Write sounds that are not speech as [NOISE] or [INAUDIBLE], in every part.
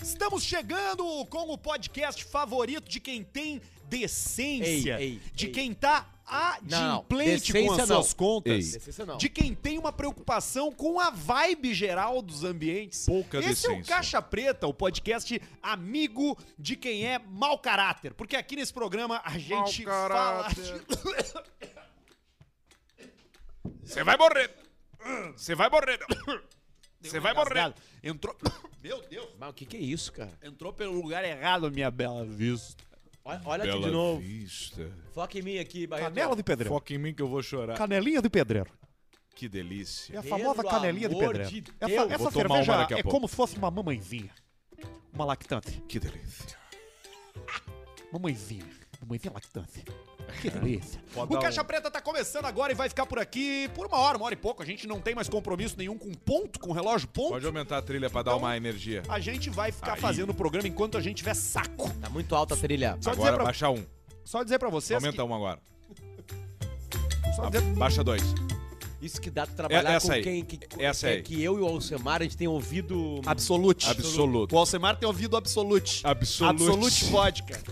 Estamos chegando com o podcast favorito de quem tem decência, Ei, ei, de ei. quem tá Não, adimplente com as decência não. suas contas. Ei. Decência não. De quem tem uma preocupação com a vibe geral dos ambientes. Pouca Esse é o decência. Caixa Preta, o podcast amigo de quem é mau caráter. Porque aqui nesse programa a gente fala caráter. de Você vai morrer. Você vai morrer. Você vai morrer. Engasgado. Entrou. Meu Deus! Mas o que, que é isso, cara? Entrou pelo lugar errado, minha bela vista. Olha, olha aqui de novo. vista. Foca em mim aqui, Barreto. Canela de pedreiro. Foca em mim que eu vou chorar. Canelinha de pedreiro. Que delícia. É a Pelo famosa canelinha de amor pedreiro. de essa Deus. essa Vou tomar uma cerveja daqui a é pouco. como se fosse uma mamãezinha. Uma lactante. Que delícia. Então- Mamãezinha. Mamãezinha lactante. Que delícia. É. Pode o dar Caixa um- Preta tá começando agora e vai ficar por aqui por uma hora, uma hora e pouco. A gente não tem mais compromisso nenhum com ponto, com relógio ponto. Pode aumentar a trilha pra dar Então- uma energia. A gente vai ficar Aí. fazendo o programa enquanto a gente tiver saco. Tá muito alta a trilha. Só dizer agora pra- baixa um. Só dizer pra vocês Aumenta um agora. então. que... Só dizer... Baixa dois. Isso que dá pra trabalhar essa com aí. quem... Que, Essa é aí. Que eu e o Alcemar, a gente tem ouvido... Absolute. Absolute. O Alcemar tem ouvido Absolute. Absolute. Absolute [LAUGHS] Vodka.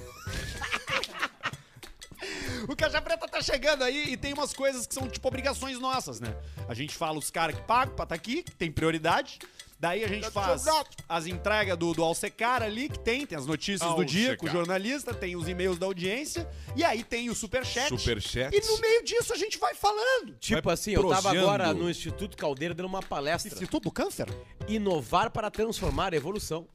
O Caixa Preta tá chegando aí e tem umas coisas que são tipo obrigações nossas, né? A gente fala os caras que pagam pra tá aqui, que tem prioridade. Daí a Tá gente faz as entregas do, do Alcecar ali, que tem, tem as notícias do dia Alcecar. com o jornalista, tem os e-mails da audiência, e aí tem o Superchat. Superchat. E no meio disso a gente vai falando. Tipo Vai assim, eu tava prosseando. agora no Instituto Caldeira dando uma palestra. Instituto do Câncer? Inovar para transformar a evolução.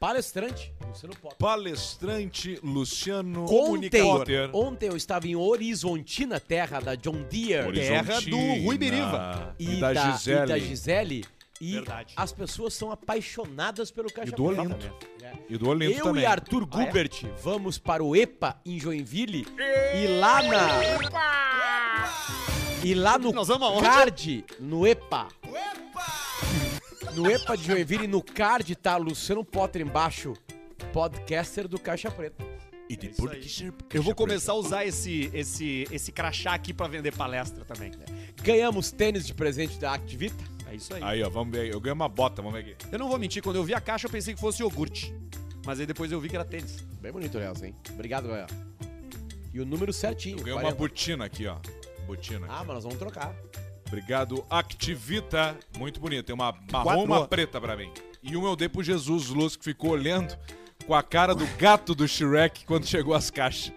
Palestrante, Luciano Potter. Palestrante Luciano Ontem, Comunicador. ontem eu estava em Horizontina, terra da John Deere Terra do Rui Biriva. E, da, Gisele. E da Gisele. E Verdade. as pessoas são apaixonadas pelo Caixa E do Preta. Olinto. É. E do Olinto Eu também. Ah, é? e Arthur Gubert vamos para o EPA em Joinville e lá na. E lá no Nós vamos aonde? card, no EPA. No EPA de Joinville, no card tá Luciano Potter embaixo, podcaster do Caixa Preta. E de É aí. Eu vou começar a usar esse, esse, esse crachá aqui pra vender palestra também. Ganhamos tênis de presente da Activita. É isso aí. Aí, ó, vamos ver. aí. Eu ganhei uma bota, vamos ver aqui. Eu não vou mentir, quando eu vi a caixa eu pensei que fosse iogurte. Mas aí depois eu vi que era tênis. Bem bonito, Léo, hein? Obrigado, Léo. E o número certinho. Eu ganhei uma 40. botina aqui, ó. Botina. Ah, mas nós vamos trocar. Obrigado, Activita. Muito bonito. Tem uma marrom Quatro. e uma preta pra mim. E uma eu dei pro Jesus Luz, que ficou olhando com a cara do gato do Shrek quando chegou as caixas.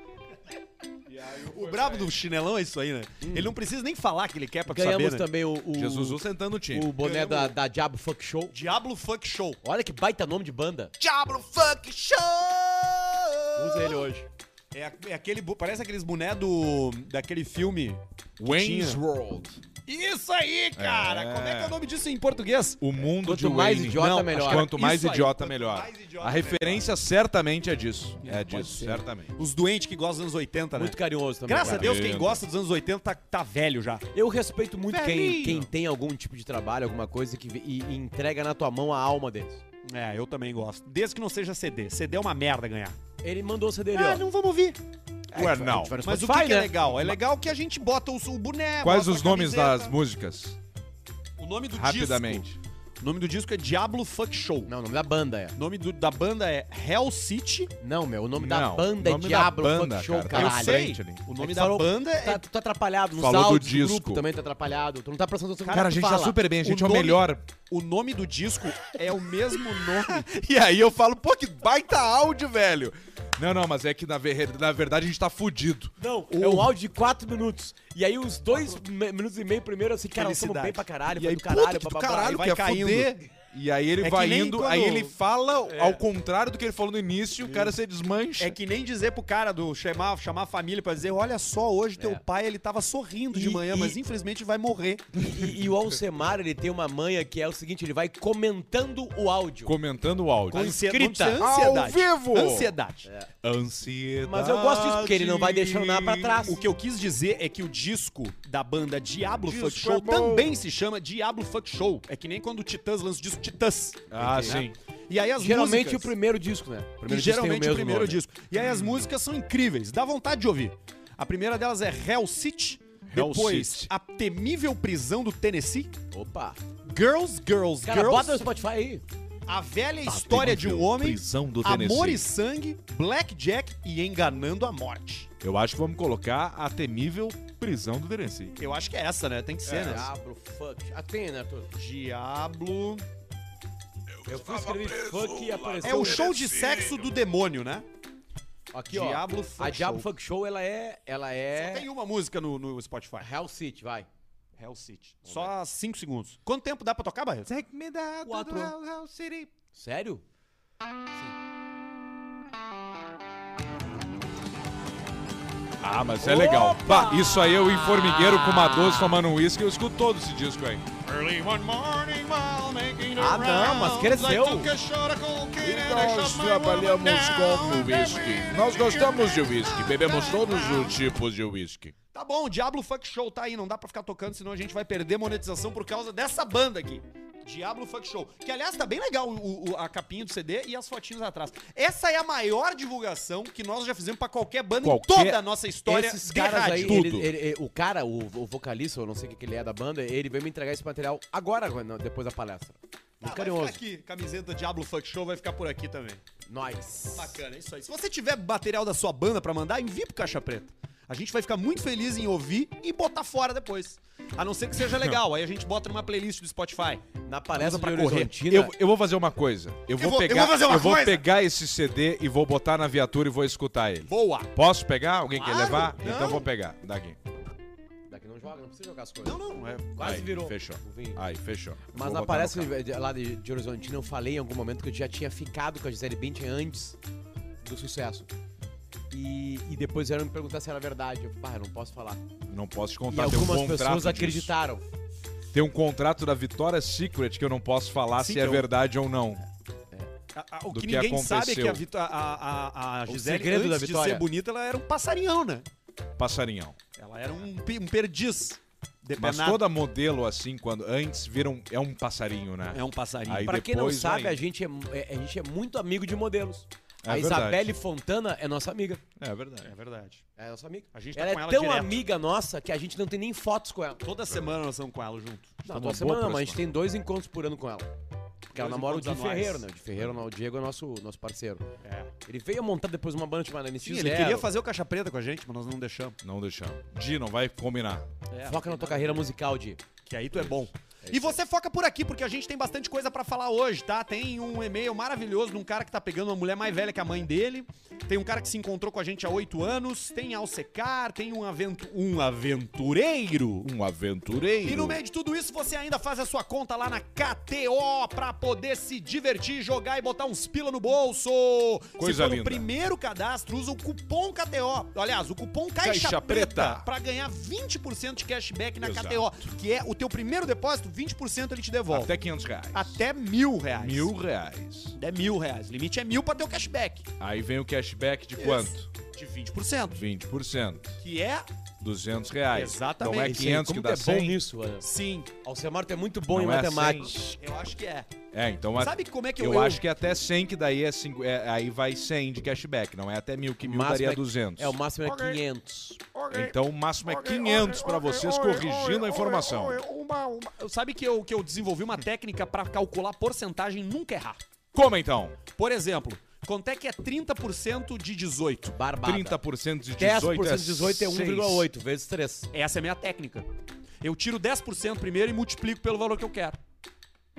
O brabo do chinelão é isso aí, né? Ele não precisa nem falar que ele quer pra tu saber, Ganhamos né? também o, o, Jesus Luz sentando o time. o boné da, da Diabo Funk Show. Diablo Funk Show. Olha que baita nome de banda. Diablo Funk Show! Usa ele hoje. É, a- é aquele, bu- parece aqueles boné do, daquele filme. Wayne's tinha. World. Isso aí, cara! É. Como é que é o nome disso em português? O mundo Quanto de mais Wayne. idiota, acho melhor. que Quanto Isso mais aí, idiota, quanto melhor. mais idiota, a referência certamente é disso. É disso, ser. certamente. Os doentes que gostam dos anos 80, Tá, né? Muito carinhoso também. Graças a cara. Deus, quem gosta dos anos 80 tá, tá velho já. Eu respeito muito quem, Velhinho. quem tem algum tipo de trabalho, alguma coisa que vê- e, e entrega na tua mão a alma deles. É, eu também gosto. Desde que não seja CD. CD é uma merda ganhar. Ah, Ele mandou o CD dele, ó. vamos ouvir. Ué, não. Mas o que, Spotify, que é né? legal? É legal que a gente bota o, o boné. Quais bota os a nomes camiseta. das músicas? O nome do Rapidamente. disco. O nome do disco é Diablo Fuck Show. Não, o nome da banda é. O nome do- da banda é Hell City. Não, meu, o nome da Não, banda o é nome da Diablo banda, Funk Show, cara, tá caralho. Eu sei. frente ali. O É nome que da falou- banda é. Tá, tu tá atrapalhado nos Falou do áudios disco. grupo também tá atrapalhado. Tu não tá prestando atenção no Cara, a que gente fala. tá super bem, a O gente é o nome- melhor. O nome do disco é o mesmo nome. [LAUGHS] E aí eu falo, pô, que baita áudio, velho. Não, não, mas é que na, ver- na verdade a gente tá fudido. Não, é um áudio de 4 minutos. E aí os dois me- minutos e meio primeiro, assim, cara, nós estamos Felicidade. bem pra caralho, E aí, foi do puta caralho, que do bababá. caralho, vai que é caindo. fuder. E aí ele É que vai nem indo, quando- aí ele fala ao contrário do que ele falou no início, o cara se desmancha. É que nem dizer pro cara do chamar, chamar a família pra dizer: olha só, hoje teu É. pai ele tava sorrindo de E- manhã, e- mas infelizmente vai morrer. E, e o Alcemar, ele tem uma manha que é o seguinte, ele vai comentando o áudio. Comentando o áudio. Com escrita. ansiedade. Ao vivo. Ansiedade. Ansiedade. Mas eu gosto disso, porque ele não vai deixando nada pra trás. O que eu quis dizer é que o disco da banda Diablo Disco Funk Show é bom. também se chama Diablo Funk Show. É que nem quando o Titãs lança o disco Titãs. Ah, Entendi. sim. E aí as Geralmente músicas... o primeiro disco, né? O primeiro E geralmente o, mesmo primeiro nome. disco. E aí as músicas são incríveis, dá vontade de ouvir. A primeira delas é Hell City, Hell depois City. A Temível Prisão do Tennessee, Opa. Girls, Girls, Cara, Girls. bota no Spotify aí. A velha história de um Terrível. homem, Tá, Ah, Prisão do amor Tennessee. e sangue, blackjack e enganando a morte. Eu acho que vamos colocar a temível prisão do Tennessee. Eu acho que é essa, né? Tem que ser, né? Diablo, fuck. Ah, tem, né, Arthur? Diablo. Eu fui escrever funk e apareceu. É um o show de sexo do demônio, né? Aqui, Diablo ó. Funk a Diablo Show. Funk Show, ela é. Ela é. Tem uma música no, no Spotify. Hell City, vai. Hell City. Só 5 segundos. Quanto tempo dá pra tocar, Barreto? Take me É down to Quatro. the Hell Sério? Ah, mas é legal. Bah, isso aí eu em formigueiro com uma 12 tomando um uísque, eu escuto todo esse disco aí. Early one morning while making the Ah, não, mas rounds, cresceu. I took a shot of cocaine E and I nós shut my trabalhamos woman down. com o whisky. Nós gostamos de whisky, bebemos todos os tipos de whisky. Tá bom, Diablo Funk Show tá aí, não dá pra ficar tocando, senão a gente vai perder monetização por causa dessa banda aqui. Diablo Funk Show. Que, aliás, tá bem legal o- o- a capinha do CD e as fotinhas atrás. Essa é a maior divulgação que nós já fizemos pra qualquer banda Qualquer- em toda a nossa história Esses de caras aí, rádio. ele- Tudo. ele- ele- o cara, o, o vocalista, eu não sei o que, que ele é da banda, ele veio me entregar esse material agora, não, depois da palestra. Ah, Muito vai ficar carinhoso. aqui, camiseta Diablo Funk Show vai ficar por aqui também. Nós. Bacana, é isso aí. Se você tiver material da sua banda pra mandar, envie pro Caixa Preta. A gente vai ficar muito feliz em ouvir e botar fora depois. A não ser que seja legal, aí a gente bota numa playlist do Spotify. Na palestra pra de correr. Horizontina, Eu, eu vou fazer uma coisa. Eu vou, vou- eu pegar, vou fazer uma eu vou coisa. pegar esse CD e vou botar na viatura e vou escutar ele. Boa! Posso pegar? Alguém Claro, quer levar? não. Então eu vou pegar. Daqui. Daqui não joga, não precisa jogar as coisas. Não, não, é Quase Aí, virou. Fechou. o vinho. Aí, fechou. Mas Vou na botar palestra no carro. de- de- lá de, de Horizontina eu falei em algum momento que eu já tinha ficado com a Gisele Bündchen antes do sucesso. E, e depois vieram me perguntar se era verdade. Eu falei, "Bah, eu não posso falar. Não posso te E contar. tem um algumas contrato pessoas disso. acreditaram. Tem um contrato da Vitória Secret que eu não posso falar Sim, se é eu- verdade ou não. A- a- o do que, que ninguém sabe é que a, aconteceu. Vito- a, a, a Gisele, segredo antes da de Vitória. ser bonita, ela era um passarinhão, né? Passarinhão. Ela era um, pe- um perdiz. Mas Depenado. toda modelo, assim, quando antes viram. É um passarinho, né? É um passarinho. Aí Pra quem não depois sabe, ainda. a gente, é, é- a gente é muito amigo de modelos. É a verdade. Isabelle Fontana é nossa amiga. É verdade. É verdade. É nossa amiga. A gente tá ela com é ela tão direto. amiga nossa que a gente não tem nem fotos com ela. Toda semana nós estamos com ela junto. Não, uma toda boa semana não, mas a gente próxima. tem dois encontros por ano com ela. Porque ela Dois namora o Di encontros anuais. Ferreiro, né? O Di Ferreiro, não, o Diego é nosso, nosso parceiro. É. Ele veio montar depois uma banda chamada NX Sim, ele queria fazer o caixa preta com a gente, mas nós não deixamos. Não deixamos. Di, não vai combinar. Foca na tua carreira musical, Di. Que aí tu é bom. e você foca por aqui, porque a gente tem bastante coisa pra falar hoje, tá? Tem um e-mail maravilhoso de um cara que tá pegando uma mulher mais velha que a mãe dele. Tem um cara que se encontrou com a gente há oito anos. Tem Alcecar, tem um, aventu um aventureiro. Um aventureiro. E no meio de tudo isso, você ainda faz a sua conta lá na KTO pra poder se divertir, jogar e botar uns pila no bolso. Coisa se for no linda. primeiro cadastro, usa o cupom KTO. Aliás, o cupom Caixa, Caixa Preta, Preta. pra ganhar 20% de cashback na Exato. KTO, que é o teu primeiro depósito, 20% ele te devolve. Até 500 reais. Até mil reais. Mil reais. É mil reais. O limite é mil pra ter o cashback. Aí vem o cashback de quanto? De 20%. 20%. Que é, 200 reais. Exatamente. Não é Isso aí, 500 Como que tu é dá bom 100? nisso, Ana? sim, Alcemar, tu é muito bom Não em é matemática. eu acho que é. É, então... a- Sabe como é que eu- eu, eu- acho que é até 100 que daí é, cinco- é- Aí vai 100 de cashback. Não é até mil, que O mil máximo daria é- 200. É, o máximo é Ok. 500. Então o máximo é 500 pra vocês corrigindo a informação. Eu- Sabe que eu, que eu desenvolvi uma técnica pra calcular porcentagem e nunca errar. Como então? Por exemplo, quanto é que é 30% de 18? Barbada. 30% de 18 10% de 18 é seis. 1,8 vezes 3. Essa é a minha técnica. Eu tiro 10% primeiro e multiplico pelo valor que eu quero.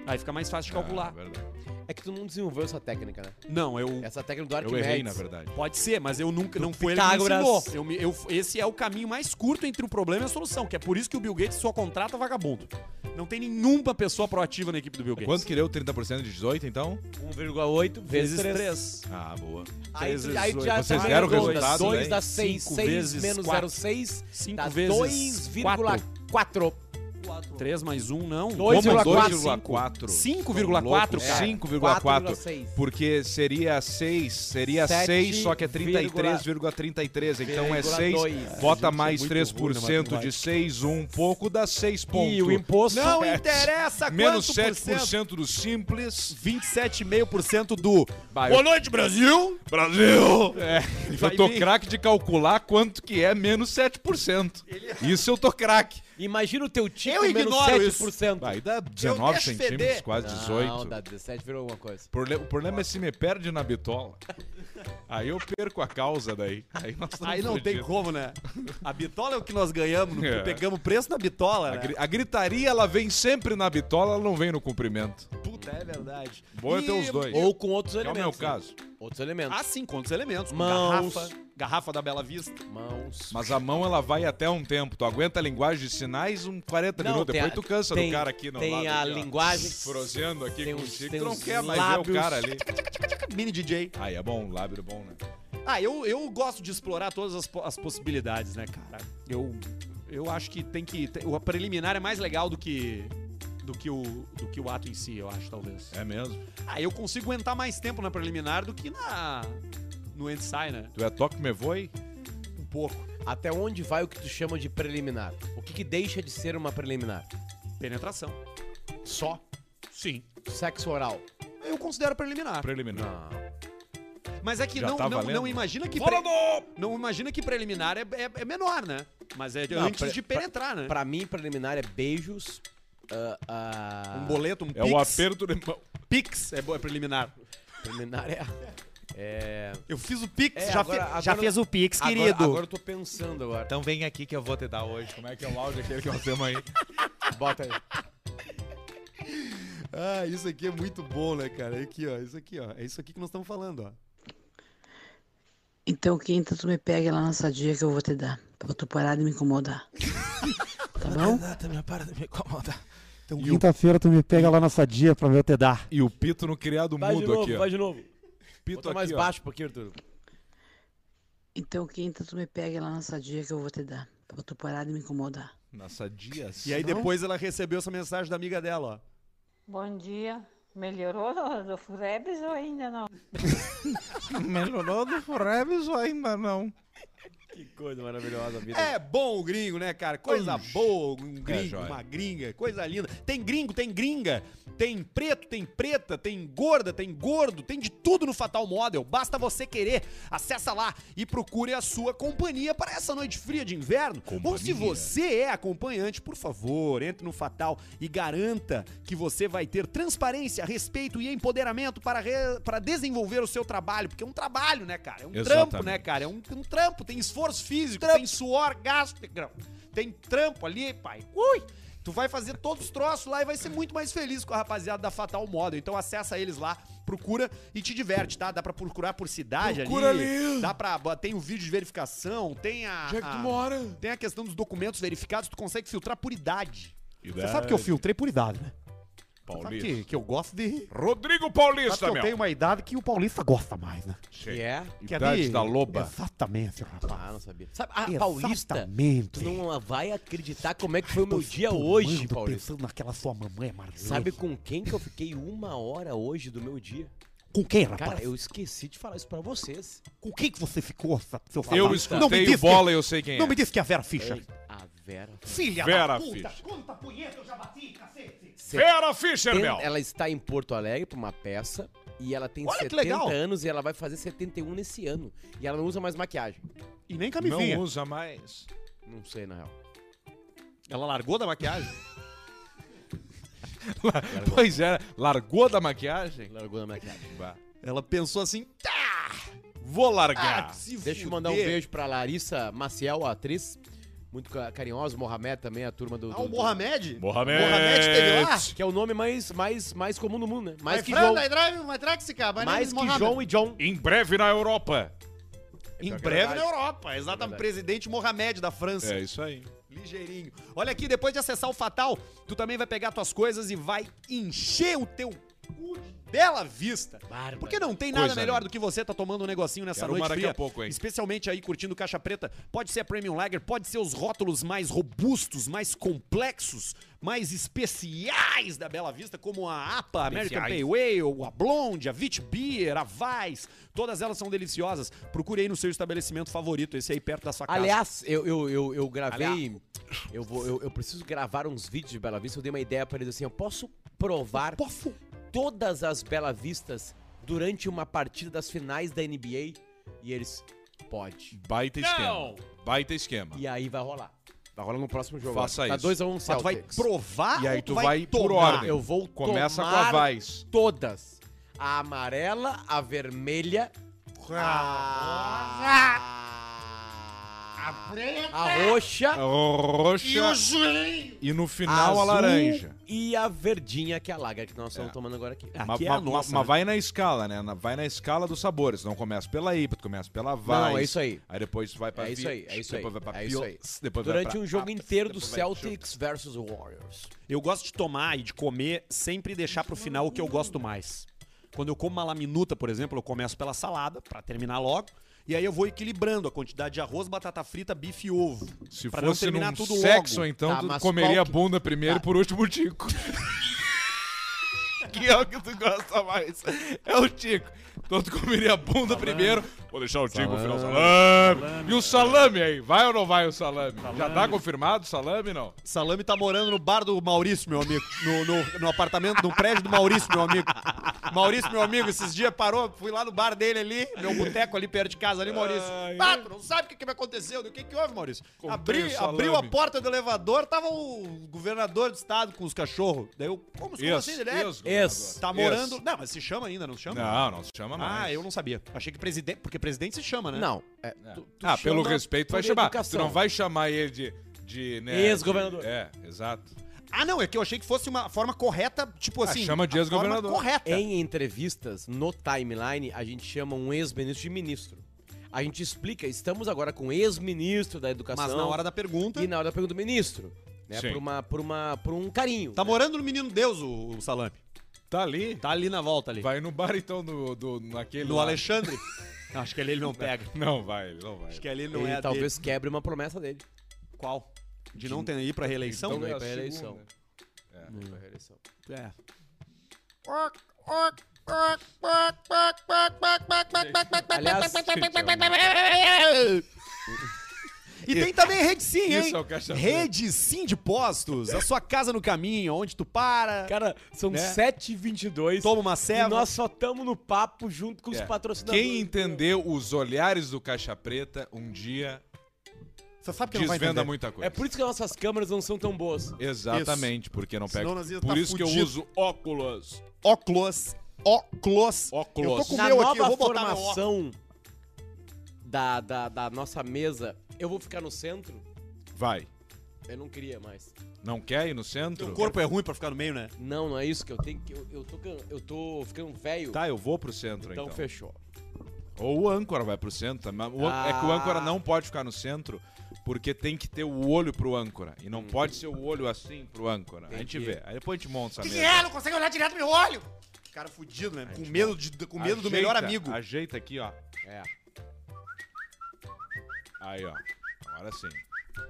Aí fica mais fácil de Ah, calcular. verdade. É que tu não desenvolveu essa técnica, né? não, eu. Essa técnica do Eu Arquimedes. errei, na verdade. Pode ser, mas eu nunca. Não foi ele que me Pitágoras. ensinou. Eu, me- eu- esse é o caminho mais curto entre o problema e a solução, que é por isso que o Bill Gates só contrata vagabundo. Não tem nenhuma pessoa proativa na equipe do Bill É Gates. Quanto que deu 30% de 18, então? 1,8 vezes 3. três. Ah, boa. Aí, Vezes tu- aí tu já tá oito. Vocês deram o arredonda. resultado, Dois né? dá 6, Cinco 6 vezes menos quatro. 0,6 Cinco dá vezes 2,4. 3 mais 1, não. Dois. 2,4. 5,4, cara. 5,4. 4,6. Porque seria 6, seria Sete 6, só que é vírgula- 33,33. então vírgula é 6. dois. Bota Gente, mais é muito 3% ruim, né, de 6, um pouco, dá 6 pontos. E o imposto Não é interessa quanto Menos por 7% do simples. 27,5% do Vai, Boa noite, Brasil! Brasil! [LAUGHS] É, Vai eu tô vir. craque de calcular quanto que é menos 7%. Isso eu tô craque. Imagina o teu tio Eu comendo ignoro 7%. Aí dá 19 deixo feder. centímetros, quase 18. Não, dá 17, virou alguma coisa. Porle- O problema é se me perde na bitola. Aí eu perco a causa daí. Aí, nós estamos Aí não tem fodidos. como, né? A bitola é o que nós ganhamos, no- É. pegamos o preço da bitola, A, né? gri- a gritaria, ela vem sempre na bitola, ela não vem no cumprimento. Puta, é verdade. Bom é ter os E- dois. Ou com outros é o elementos. meu né? caso. Outros elementos. Ah, sim, contra os elementos. com Mãos. Garrafa, garrafa da Bela Vista. Mãos. Ah. Mas a mão, ela vai até um tempo. Tu aguenta a linguagem de sinais um 40 Não, minutos. tem Depois a- tu cansa tem- do cara aqui no tem lado. a ali, ó, linguagem. Frosendo aqui Tem com o uns- Chico. tem Tu não uns quer mais ver o lábios. cara ali. Mini DJ. Aí é bom, lábio bom, né? Ah, eu, eu gosto de explorar todas as, po- as possibilidades, né, cara? Eu, eu acho que tem que. te- A preliminar é mais legal do que. Do que, o, do que o ato em si, eu acho, talvez. É mesmo. Ah, eu consigo aguentar mais tempo na preliminar do que na. No ensaio, né? Tu é toque me voe? Um pouco. Até onde vai o que tu chama de preliminar? O que, que deixa de ser uma preliminar? Penetração. Só? Sim. Sexo oral. Eu considero preliminar. Preliminar. Mas é que Já não, tá não, valendo? não imagina que. pre- Não imagina que preliminar é, é- é menor, né? Mas é Não, antes pre- de penetrar, né? Pra mim, preliminar é beijos. ah, ah, Um boleto, um É o aperto de mão. Pix é, bo- é preliminar. Preliminar é. É. Eu fiz o Pix, É, já, agora- fe- agora- já fez o Pix, Agora- querido. Agora, eu tô pensando agora. Então vem aqui que eu vou te dar hoje. Como é que é o áudio aquele que nós temos aí? Bota [LAUGHS] aí. Ah, isso aqui é muito bom, né, cara? Aqui, ó, isso aqui, ó. É isso aqui que nós estamos falando, ó. Então, quinta, tu me pega lá na sadia que eu vou te dar. Pra tu parar de me incomodar. Tá bom? Então, Quinta-feira tu me pega lá na sadia pra eu te dar. E o pito no criado Vai de mudo novo, aqui, ó. vai de novo. Pito Bota mais aqui, ó. baixo um pouquinho, Arthur. Então, quinta, tu me pega lá na sadia que eu vou te dar. Pra tu parar de me incomodar. Nossa, dias. E aí depois ela recebeu essa mensagem da amiga dela, ó. Bom dia. Melhorou do Furebs ou ainda não? Melhorou do Forever ainda não. Que coisa maravilhosa a vida. É bom o gringo, né, cara? Coisa boa, um gringo, joia. uma gringa, coisa linda. Tem gringo, tem gringa, tem preto, tem preta, tem gorda, tem gordo, tem de tudo no Fatal Model. Basta você querer. Acessa lá e procure a sua companhia para essa noite fria de inverno. Ou se Companhia. você é acompanhante, por favor, entre no Fatal e garanta que você vai ter transparência, respeito e empoderamento para, re- para desenvolver o seu trabalho, porque é um trabalho, né, cara? É um trampo, Exatamente. né, cara? É um, um trampo, tem esforço físico, tem suor, gasto, negrão. Tem trampo ali, pai. Ui! Tu vai fazer todos os troços lá e vai ser muito mais feliz com a rapaziada da Fatal Model. Então acessa eles lá, procura e te diverte, tá? Dá pra procurar por cidade Procura ali. ali. Dá pra... Tem o vídeo de verificação, tem a... Onde é que tu a- mora? tem a questão dos documentos verificados, tu consegue filtrar por idade. Você Idade. sabe que eu filtrei por idade, né? Sabe é, Paulista. que, que eu gosto de. Rodrigo Sabe que Paulista, eu meu. tenho uma idade que o paulista gosta mais, né? Que é? Que Idade da loba. Exatamente, rapaz. Ah, não sabia. Sabe, ah, Paulista, tu Exatamente. não vai acreditar como é que foi o Tô meu dia fumando, hoje, tô Paulista. pensando naquela sua mamãe, Marlene. Sabe com quem que eu fiquei uma hora hoje do meu dia? com quem, rapaz? Cara, eu esqueci de falar isso pra vocês. Com quem que você ficou, sa- seu Eu safado? escutei Não me o diz que- bola e eu sei quem Não é. me disse que é a Vera Fischer. Ei, a Vera. Filha Vera da puta, Fischer. quanta punheta eu já bati, cacete. Vera Fischer, Tem- meu. Ela está em Porto Alegre pra uma peça e ela tem Olha que 70 legal. anos e ela vai fazer 71 nesse ano. E ela não usa mais maquiagem. E nem camisinha. Não usa mais. [LAUGHS] Não sei, na real. Ela largou da maquiagem? Pois é, largou da maquiagem? Largou da maquiagem. Ela pensou assim. Tá, Vou ah, largar. se Deixa eu mandar um fuder." beijo pra Larissa Maciel, a atriz. Muito ca- carinhosa. Mohamed também, a turma do... Ah, do- o do- Mohamed? Mohamed. Mohamed teve lá? Que é o nome mais, mais, mais comum do mundo, né? Mais Mas que João. drive, my traxica, my name Mais is que é Mohamed. João e John. Em breve na Europa. Em É breve na verdade. Europa, exatamente. presidente Mohamed da França. É isso aí. Ligeirinho. Olha aqui, depois de acessar o Fatal, tu também vai pegar tuas coisas e vai encher o teu cu de bela vista. Bárbaro. Porque não tem nada É Coisa melhor linda. do que você tá tomando um negocinho nessa Quero uma noite daqui fria. a pouco, hein? Especialmente aí curtindo caixa preta. Pode ser a Premium Lager, pode ser os rótulos mais robustos, mais complexos, mais especiais da Bela Vista, como a APA, American Especiais. Pale Ale, a Blonde, a Vit Beer, a Vice. Todas elas são deliciosas. Procure aí no seu estabelecimento favorito, esse aí perto é da sua casa. Aliás, eu, eu, eu, eu gravei. Eu, vou, eu, eu preciso gravar uns vídeos de Bela Vista. Eu dei uma ideia pra eles assim: eu posso provar Pofo. todas as Bela Vistas durante uma partida das finais da NBA. E eles. Pode. Baita esquema. Baita esquema. E aí vai rolar. Tá rolando o próximo jogo. Faça Tá isso. 2x1 um Mas tu Celtics. vai provar E aí ou tu vai por tomar? ordem. Eu vou Começa com tomar a Vais. todas. A amarela, a vermelha, Ah, a... a roxa, Roxa e no É final a laranja. e a verdinha, que é a lager que nós estamos tomando agora aqui. é Mas, mas- mas vai na escala, né? Na- Vai na escala dos sabores. Não começa pela IPA, tu começa pela Vais. não, é isso aí. Aí depois vai pra É isso Vi- aí, é isso aí, depois vai pra é isso aí. Pils, depois vai Durante pra um jogo Apas, inteiro do depois vai pro- Celtics versus Warriors. Eu gosto de tomar e de comer, sempre deixar pro final o que eu gosto mais. Quando eu como uma laminuta, por exemplo, eu começo pela salada, pra terminar logo. E aí eu vou equilibrando a quantidade de arroz, batata frita, bife e ovo. Se pra não fosse terminar num tudo sexo, logo. então, Tá, tu mas comeria qual a que- tá. bunda primeiro e por último o Tico. Que é o que tu gosta mais? É o Tico. Então tu comeria a bunda primeiro. Vou deixar o Tico no final. Salame. E o salame aí? Vai ou não vai o salame? Já tá confirmado o salame, não? Salame tá morando no bar do Maurício, meu amigo. No, no- no apartamento, no prédio do Maurício, meu amigo. Maurício, meu amigo, esses dias parou, fui lá no bar dele ali, meu boteco ali perto de casa ali, Maurício. Ah, tu não sabe o que, que me aconteceu, do que que houve, Maurício? Comprei Abri- o salame. abriu a porta do elevador, tava o governador do estado com os cachorros. Daí eu, como, como assim, ele é? Esse. Tá morando... Não, mas se chama ainda, não se chama? Não, não se chama mais. Ah, eu não sabia. Achei que presidente... Porque presidente se chama, né? Não. é, tu- tu ah, chama pelo respeito vai por chamar. Tu educação. não vai chamar ele de. de né, Ex-governador. de- É, exato. Ah, não, é que eu achei que fosse uma forma correta, tipo assim... Ah, chama de a ex-governador. forma correta. Em entrevistas, no timeline, a gente chama um ex-ministro de ministro. A gente explica, estamos agora com o ex-ministro da educação. Mas na hora da pergunta... E na hora da pergunta do ministro. Né, Sim. por, uma, por, uma, por um carinho. Tá né? morando no Menino Deus o, o Salame. Tá ali. Tá ali na volta ali. Vai no bar então, do, do, naquele. no lá. Alexandre. Acho que ali ele não pega. Não vai, ele não vai. Acho que ali ele não Ele é a talvez quebre uma promessa dele. dele. Qual? De não ter ir pra reeleição? Então, é a pra eleição. segunda. Hum. É. Aliás, E tem também Rede Sim, hein? Isso é o caixa preta. Rede Sim de postos. A sua casa no caminho, onde tu para, cara, são 7h22 toma uma e ceva. nós só estamos no papo junto com os É. patrocinadores. Quem entendeu os olhares do Caixa Preta um dia Você sabe desvenda muita coisa. É por isso que nossas câmeras não são tão boas. Exatamente, porque não pega. Senão nós ia Por tá isso que eu fudido. uso óculos. Óculos. Óculos. Óculos. Eu tô com o Na meu nova aqui, eu vou botar meu óculos. formação da, da, da nossa mesa, eu vou ficar no centro? Vai. Eu não queria mais. Não quer ir no centro? O corpo é ruim pra ficar no meio, né? Não, não é isso que eu tenho que. Eu, eu, tô, can- eu tô ficando velho. Tá, eu vou pro centro então, então. fechou. Ou o âncora vai pro centro. tá? Mas o ân- É que o Ah. âncora não pode ficar no centro porque tem que ter o olho pro âncora. E Hum. não pode ser o olho assim pro âncora. A gente vê. Aí depois a gente monta essa mesa. não consegue olhar direto no meu olho. Cara fudido, né? Com medo, de, com medo do Ajeita, melhor amigo. Ajeita aqui, ó. É. Aí, ó. Agora sim.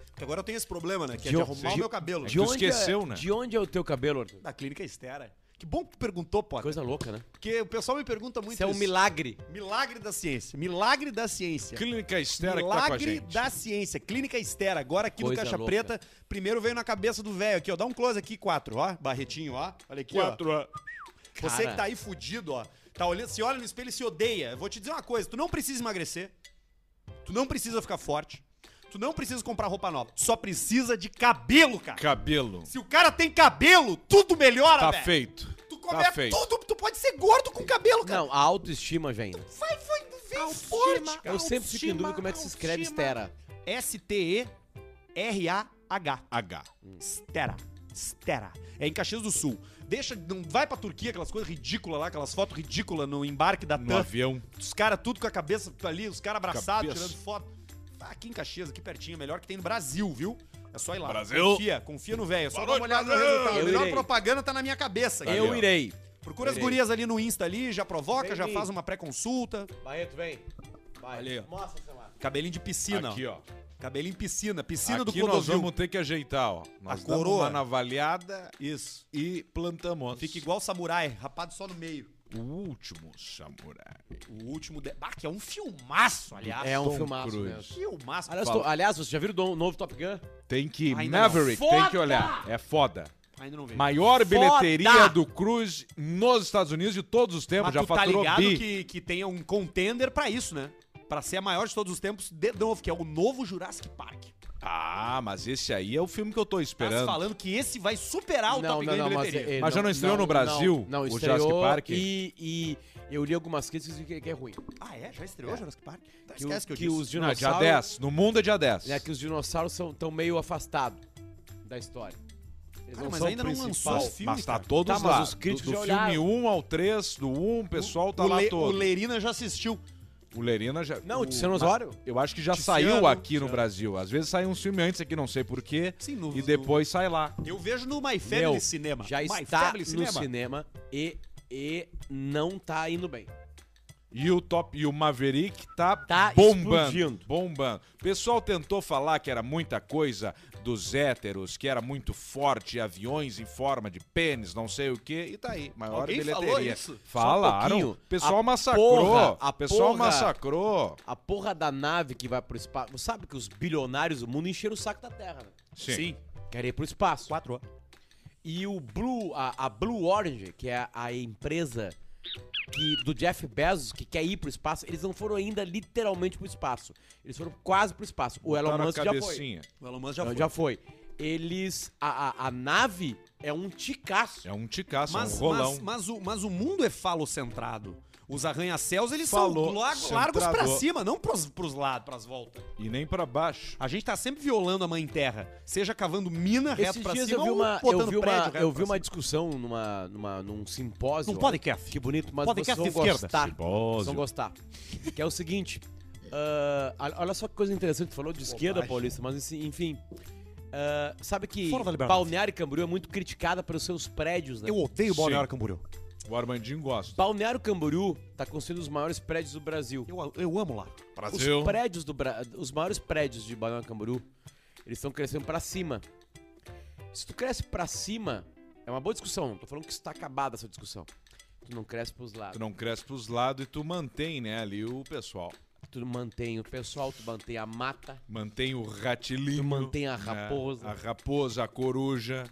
Porque agora eu tenho esse problema, né? Que é De de o- arrumar de- o meu cabelo. de- Tu esqueceu, é, né? De onde é o teu cabelo, Arthur? Da clínica é estera. Que bom que tu perguntou, Potter. Coisa louca, né? Porque o pessoal me pergunta muito Isso é um milagre. Milagre da ciência. Milagre da ciência. Clínica Estera que tá com a Milagre gente. da ciência. Clínica Estera. Agora aqui no Coisa Caixa louca. Preta. Primeiro veio na cabeça do velho aqui, ó. Dá um close aqui, quatro, ó. Barretinho, ó. Olha aqui, ó. Quatro. Você Cara. que tá aí fudido, ó, tá olhando, se olha no espelho e se odeia. Eu Vou te dizer uma coisa, tu não precisa emagrecer. Tu não precisa ficar forte. Tu não precisa comprar roupa nova. Só precisa de cabelo, cara. Cabelo. Se o cara tem cabelo, tudo melhora, Tá velho. feito. Tu come Tá feito. tudo, tu pode ser gordo com cabelo, cara. Não, a autoestima já ainda. Vai, vai, vem forte. Eu sempre fico em dúvida como é que se escreve Stera. S T E R A H. H. Stera. Stera. É em Caxias do Sul. Deixa, não vai pra Turquia, aquelas coisas ridículas lá, aquelas fotos ridículas no embarque da No TAM. avião. Os caras tudo com a cabeça ali, os caras abraçados, Cabeça. tirando foto. Tá Aqui em Caxias, aqui pertinho, é melhor que tem no Brasil, viu? É só ir lá. Brasil. Confia, confia no velho. É Só dá uma olhada no Brasil. resultado. A Eu melhor irei. propaganda tá na minha cabeça. aqui, Eu ó. irei. Procura as irei. gurias ali no Insta ali, já provoca, Vem já mim. faz uma pré-consulta. Barreto, vem. Vai. Ali, ó. Mostra o celular. Cabelinho de piscina. Aqui, ó. Cabelinho em piscina. Piscina do Aqui nós Clodovil. vamos ter que ajeitar, ó. Nós damos coroa. uma navalhada Isso. e plantamos. Fica igual o samurai, rapado só no meio. o último samurai. O último... De... Ah, que é um filmaço, aliás. É um Tom filmaço Cruise. mesmo. Filmaço. Aliás, Fala. tô- aliás, você já viu o novo Top Gun? Tem que ir. Ainda não. Maverick, tem que olhar. É foda. Ainda não veio. Maior bilheteria Foda! do Cruz nos Estados Unidos de todos os tempos. Mas Já tu tá faturou ligado bi. que, que tem um contender pra isso, né? Pra ser a maior de todos os tempos, de novo, que é o novo Jurassic Park. Ah, mas esse aí é o filme que eu tô Tá se esperando. falando que esse vai superar Ah, o Top Gun em mas, bilheteria. eh, Mas é- já não estreou no Brasil, Não, o estreou Jurassic Park? E, e eu li algumas críticas que, que é ruim. Ah, é? Já estreou Jurassic Park? Então Que, esquece o- que, eu disse. os Não, é dinossauros... dia 10. No mundo é dia 10. É que os dinossauros estão meio afastados da história. Eles Cara, mas são o ainda não lançou principal. os filmes. mas tá cara. todos Tá, mas lá. os críticos do do já filme olharam. 1 ao 3, do 1, o pessoal tá o, lá Le- o todo. Lerina já assistiu. O Lerina já. Não, o Tiziano mas Osório. Eu acho que já Tiziano, saiu aqui no Tiziano. Brasil. Às vezes sai um filme antes aqui, não sei porquê. Sim, no- E depois sai lá. Eu vejo no My Family Meu, Cinema. Já My está Family no cinema, e, e não tá indo bem. E o top e o Maverick tá, Tá bombando, explodindo. bombando. O pessoal tentou falar que era muita coisa dos héteros, que era muito forte, aviões em forma de pênis, não sei o quê, e tá aí, maior Alguém falou bilheteria. isso? Só um Falaram. pouquinho. o pessoal A massacrou. porra, a o pessoal porra. massacrou. A porra da nave que vai pro espaço. Você sabe que os bilionários do mundo encheram o saco da Terra, né? Sim. Querem ir pro espaço. Quatro horas. E o Blue, a, a Blue Orange, que é a, a empresa que, do Jeff Bezos, que quer ir pro espaço, eles não foram ainda literalmente pro espaço. Eles foram quase pro espaço. O Elon Botaram a Musk já foi. cabecinha. O Elon Musk já Não, foi. já foi. Eles. A, a, a nave é um ticaço. É um ticaço, é um Mas, rolão. mas, mas o, mas o mundo é falocentrado. Os arranha-céus, eles Falou, são largo- largos pra centrado. cima, não pros, pros lados, pras voltas. E nem pra baixo. A gente tá sempre violando a mãe terra. Seja cavando mina reto Esses pra dias cima eu vi ou uma, botando eu vi prédio uma, reto eu vi pra uma cima. discussão numa, numa, num simpósio. Num podcast. Que bonito, mas Podcast vocês vão de esquerda. gostar. Vocês Simpósio. vão gostar. Que é o seguinte. ah, olha- olha só que coisa interessante. Tu falou de esquerda, Paulista, mas assim, enfim. ah, sabe que Fora da liberdade. Balneário Camboriú é muito criticada pelos seus prédios, né? Eu odeio o Sim. Balneário Camboriú. O Armandinho gosta. Balneário Camboriú tá construindo os maiores prédios do Brasil. Eu, eu amo lá. Brasil. Os prédios do Bra... os maiores prédios de Balneário Camboriú, eles estão crescendo pra cima. Se tu cresce pra cima, é uma boa discussão, não tô falando que isso tá acabada essa discussão. Tu não cresce pros Tu lados, não cresce pros lados e tu mantém, né, ali o pessoal. tu mantém o pessoal, tu mantém a mata. Mantém o ratilinho. Tu mantém a né? raposa. Né. A raposa, a coruja.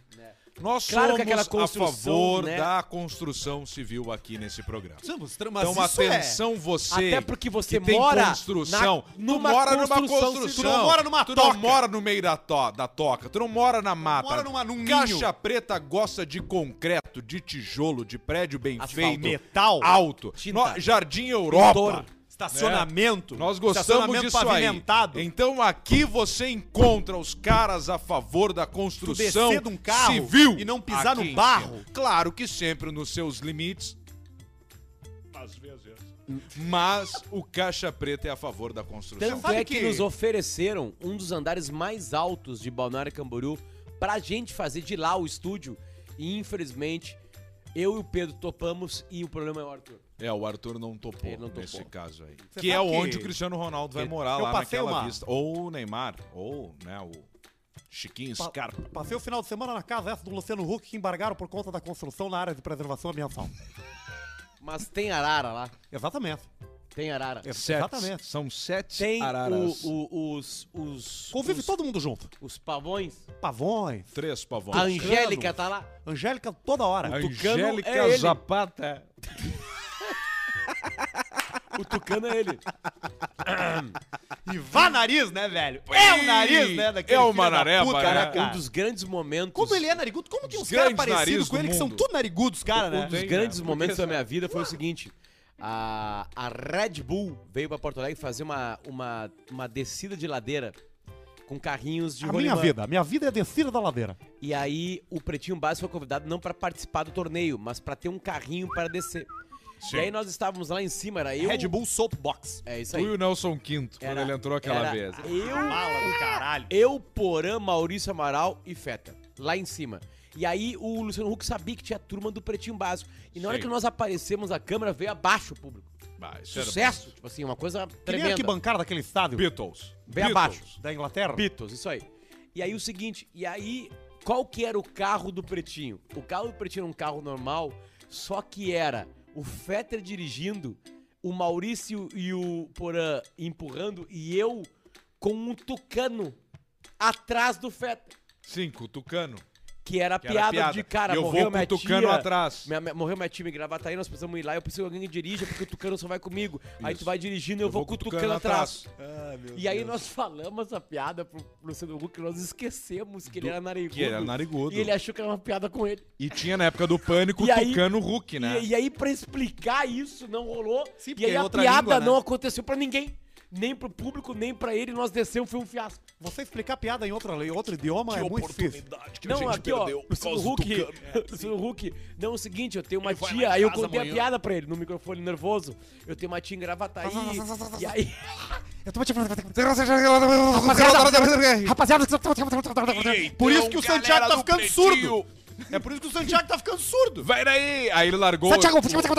Nós Claro que somos aquela a construção, favor né? da construção civil aqui nesse programa. Mas é. então atenção você. Até porque você que tem mora construção. na- Tu numa mora numa construção construção. civil. Tu não mora numa Tu toca. não mora no meio da, to- da toca. Tu não mora na mata. mora numa- num Caixa ninho. preta gosta de concreto, de tijolo, de prédio bem feito. metal, Alto. Tinta. No- Jardim Europa. Pintor. estacionamento. Né? Nós gostamos estacionamento disso aí. pavimentado. Então aqui você encontra os caras a favor da construção descer de um carro civil e não pisar aqui no em barro. Sena. Claro que sempre nos seus limites. Às vezes. Mas o caixa preta é a favor da construção. um Tanto é que, nos ofereceram um dos andares mais altos de Balneário Camboriú pra gente fazer de lá o estúdio. E infelizmente, eu e o Pedro topamos e o problema é o Arthur. É, o Arthur não topou, Ele não topou. nesse caso aí. Você que é sabe que- onde o Cristiano Ronaldo vai morar Eu lá passei naquela uma- vista. Ou o Neymar, ou, né, o Chiquinho Scarpa. Passei o final de semana na casa essa do Luciano Huck que embargaram por conta da construção na área de preservação ambiental. Mas tem arara lá. Exatamente. Tem arara. É, Sete. Exatamente. São sete Tem araras. o- o- os, os. Convive os, todo mundo junto. Os pavões. Pavões, Três pavões. A Angélica tá lá. Angélica toda hora. O tucano Angélica é ele. Zapata. O Tucano é [LAUGHS] ele. E vá nariz, né, velho? É o nariz, né? Daquele É o filho da Manareba, puta, né? né, cara? Um dos grandes momentos. Como ele é narigudo? Como tem Os uns caras grandes nariz parecidos com do ele que são mundo. tudo narigudos, cara, Um né? dos- Os Tem, grandes né? momentos Porque da minha vida foi o seguinte. A, a Red Bull veio pra Porto Alegre fazer uma, uma, uma descida de ladeira com carrinhos de A minha rolimã. vida, a minha vida é descida da ladeira. E aí o Pretinho Básico foi convidado não pra participar do torneio, mas pra ter um carrinho para descer. E aí nós estávamos lá em cima, era eu... Red Bull Soapbox. É isso Tu aí. e o Nelson Quinto, quando Era- ele entrou aquela era vez. Eu, Fala do caralho. eu, Porã, Maurício Amaral e Feta. Lá em cima. E aí o Luciano Huck sabia que tinha a turma do Pretinho Básico. E na hora Sim. que nós aparecemos, a câmera veio abaixo o público. Bah, isso era- Sucesso! Tipo assim, uma coisa Que nem tremenda. arquibancada daquele estádio Beatles. Vem Beatles. abaixo. da Inglaterra. Beatles, isso aí. E aí o seguinte, e aí qual que era o carro do Pretinho? O carro do Pretinho era um carro normal, só que era o Fetter dirigindo, o Maurício e o Porã empurrando e eu com um tucano atrás do Fetter. Sim, com o Tucano. que era a era piada, piada. de cara, E eu morreu vou minha com o Tucano tia, atrás. minha- minha- morreu minha time gravata aí, nós precisamos ir lá, eu preciso que alguém dirija, porque o Tucano só vai comigo. Aí tu vai dirigindo e eu, vou com o Tucano atrás. E aí nós falamos essa piada pro Luciano Huck, nós esquecemos que ele era narigudo. Que era narigudo. E ele achou que era uma piada com ele. E tinha na época do pânico E o aí- Tucano Hulk, né? E, e aí, pra explicar isso, não rolou. Sim, e porque aí, é a outra piada língua, né? não aconteceu pra ninguém. Nem pro público, nem pra ele. Nós descemos, foi um fiasco. Você explicar piada em outra em outro idioma é muito difícil. Tipo, não, aqui, ó. Luciano Huck. [LAUGHS] Luciano Huck. Não, é o seguinte, eu tenho uma tia. Aí eu contei a piada pra ele no microfone nervoso. Eu tenho uma tia em Gravataí. e aí. Eu tô te Rapaziada, Por então, isso que o Santiago tá ficando surdo. É por isso que o Santiago tá ficando surdo. Vai daí! Aí ele largou. Santiago,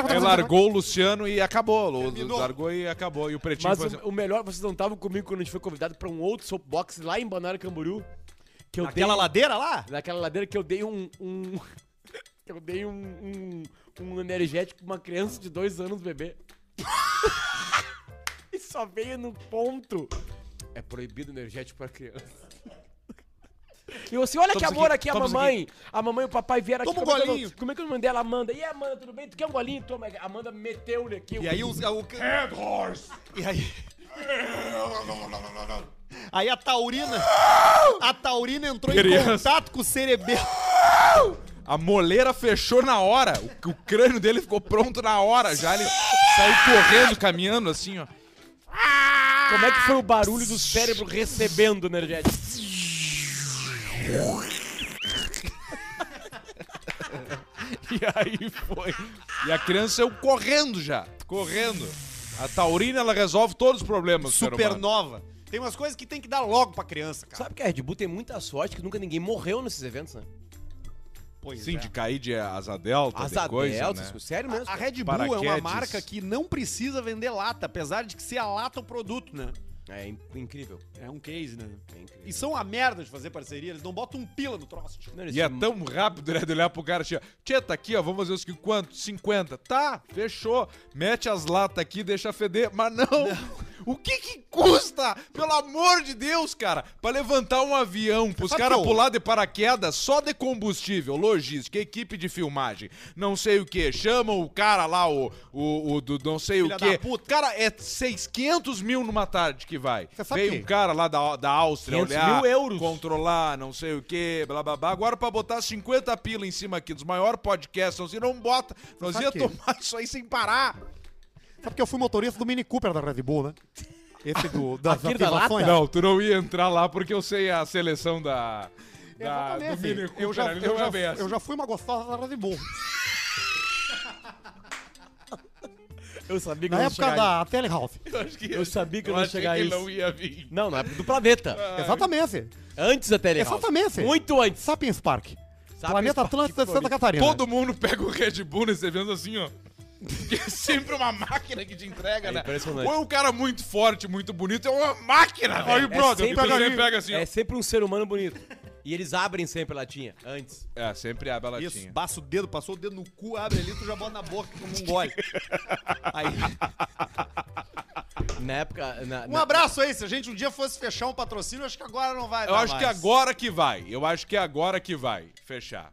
Ele largou o Luciano e acabou. O- Terminou. Largou e acabou. E o [LAUGHS] pretinho Mas foi assim, o, o melhor, vocês não estavam comigo quando a gente foi convidado pra um outro soapbox lá em Balneário Camboriú. Que eu Aquela dei, ladeira lá? Naquela ladeira que eu dei um. um [LAUGHS] que eu dei um, um, um energético pra uma criança de dois anos bebê. [LAUGHS] e só veio no ponto. É proibido energético pra criança. E eu assim, olha que amor aqui, a mamãe. A mamãe e o papai vieram Toma aqui. um como é que eu não- golinho. Como é que eu não mandei ela, Amanda? E aí, Amanda, tudo bem? Tu quer um golinho? Toma. A Amanda meteu-lhe aqui. E aí o. o... Head horse! E aí. Aí a Taurina. A Taurina entrou em Criança. contato com o cerebelo. A moleira fechou na hora. O, o crânio dele ficou pronto na hora. Já ele saiu correndo, caminhando assim, ó. Como é que foi o barulho do cérebro recebendo energético? E aí foi. E a criança saiu correndo já. Correndo. A Taurina, ela resolve todos os problemas. do ser humano. Supernova. Tem umas coisas que tem que dar logo pra criança, cara. Sabe que a Red Bull tem muita sorte que nunca ninguém morreu nesses eventos, né? Pois é. Sim, de cair de asa delta, Asa de coisa, delta, né? essas coisas. sério mesmo. A cara. Red Bull é uma Paraquedes. marca que não precisa vender lata, apesar de que ser a lata o produto, né? É in- incrível. É um case, né? É incrível. E são a merda de fazer parceria, eles não botam um pila no troço. tipo. Não, eles E é são- tão rápido, né? De olhar pro cara, tia, tia, tá aqui, ó, vamos fazer os que quanto? 50. Tá, fechou. Mete as latas aqui, deixa feder. Mas não, o que que custa? Pelo amor de Deus, cara, pra levantar um avião, pros Sabe caras que eu- pular de paraquedas só de combustível, logística, equipe de filmagem, não sei o que. Chamam o cara lá, o, o, o do não sei Filha o que. da puta. Cara, é 600 mil numa tarde que vai. Você sabe Veio que- um cara lá da, da Áustria 500 olhar. mil euros. com- controlar, não sei o que, blá blá blá. Agora pra botar 50 pila em cima aqui dos maiores podcasts, nós não bota, nós Sabe ia que- tomar isso aí sem parar. Sabe que eu fui motorista do Mini Cooper da Red Bull, né? Esse do, das Aquele da ativações. Não, tu não ia entrar lá porque eu sei a seleção Ah, da. da do Exatamente. Mini É, eu, Cooper, né? já, ele eu, não é já, bem assim. eu já fui uma gostosa da Red Bull. Eu sabia que Na eu não época chegaria. da Telehouse. Tá Eu acho que- Eu sabia que eu eu não ia achei que chegar a ele isso. não ia vir. Não, na época do [LAUGHS] planeta. Exatamente. Antes da Telehouse. Exatamente. Muito antes. Sapiens Park. Sapiens Planeta Park, Atlântida de Floripa. Santa Catarina. Todo mundo pega o Red Bull nesse evento assim, ó. Porque é sempre uma máquina que te entrega, né? impressionante. Ou é um cara muito forte, muito bonito, é uma máquina, velho. Aí, É brother, É sempre- pega, ali, pega assim, ó. É sempre um ser humano bonito. E eles abrem sempre a latinha, antes. É, sempre abre a bela Isso, passa o dedo, passou o dedo no cu, abre ali, tu já bota na boca como um [LAUGHS] gole. Aí, Na época... Na, um abraço aí, se a gente um dia fosse fechar um patrocínio, acho que agora não vai Eu Tá dar acho que mais. agora que vai. Eu acho que é agora que vai fechar.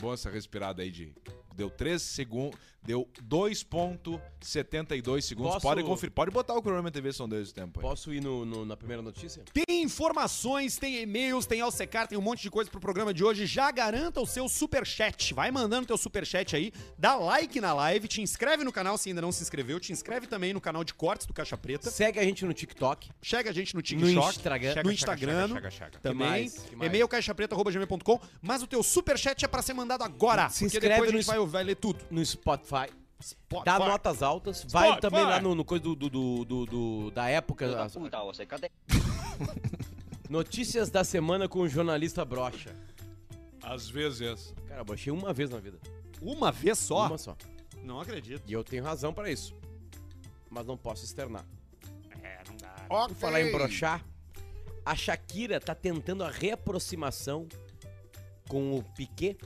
Boa essa respirada aí de. Deu 3 segundos. Deu 2,72 segundos. Posso- Pode conferir. Pode botar o cronômetro TV, são dois o tempo aí. Posso ir no, no- na primeira notícia? Tem informações, tem e-mails, tem Alcecar, tem um monte de coisa pro programa de hoje. Já garanta o seu superchat. Vai mandando teu superchat aí, dá like na live, te inscreve no canal se ainda não se inscreveu, te inscreve também no canal de cortes do Caixa Preta. Segue a gente no TikTok. Chega a gente no No TikTok, Instagram. chega, no Instagram, chega, chega. também. Que mais? Que mais? E-mail caixapreta@gmail.com, mas o teu superchat é pra ser mandado agora, Se porque inscreve depois a no gente vai, vai ler tudo. No Spotify. Spotify. Dá notas altas. Vai Spotify. também lá no, no coisa do, do- do- do- do- da época. as- Notícias da semana com o jornalista Brocha. Às vezes. Cara, eu brochei uma vez na vida. Uma vez só? Uma só. Não acredito. E eu tenho razão pra isso. Mas não posso externar. Ó, Por falar em brochar, a Shakira tá tentando a reaproximação com o Piquet.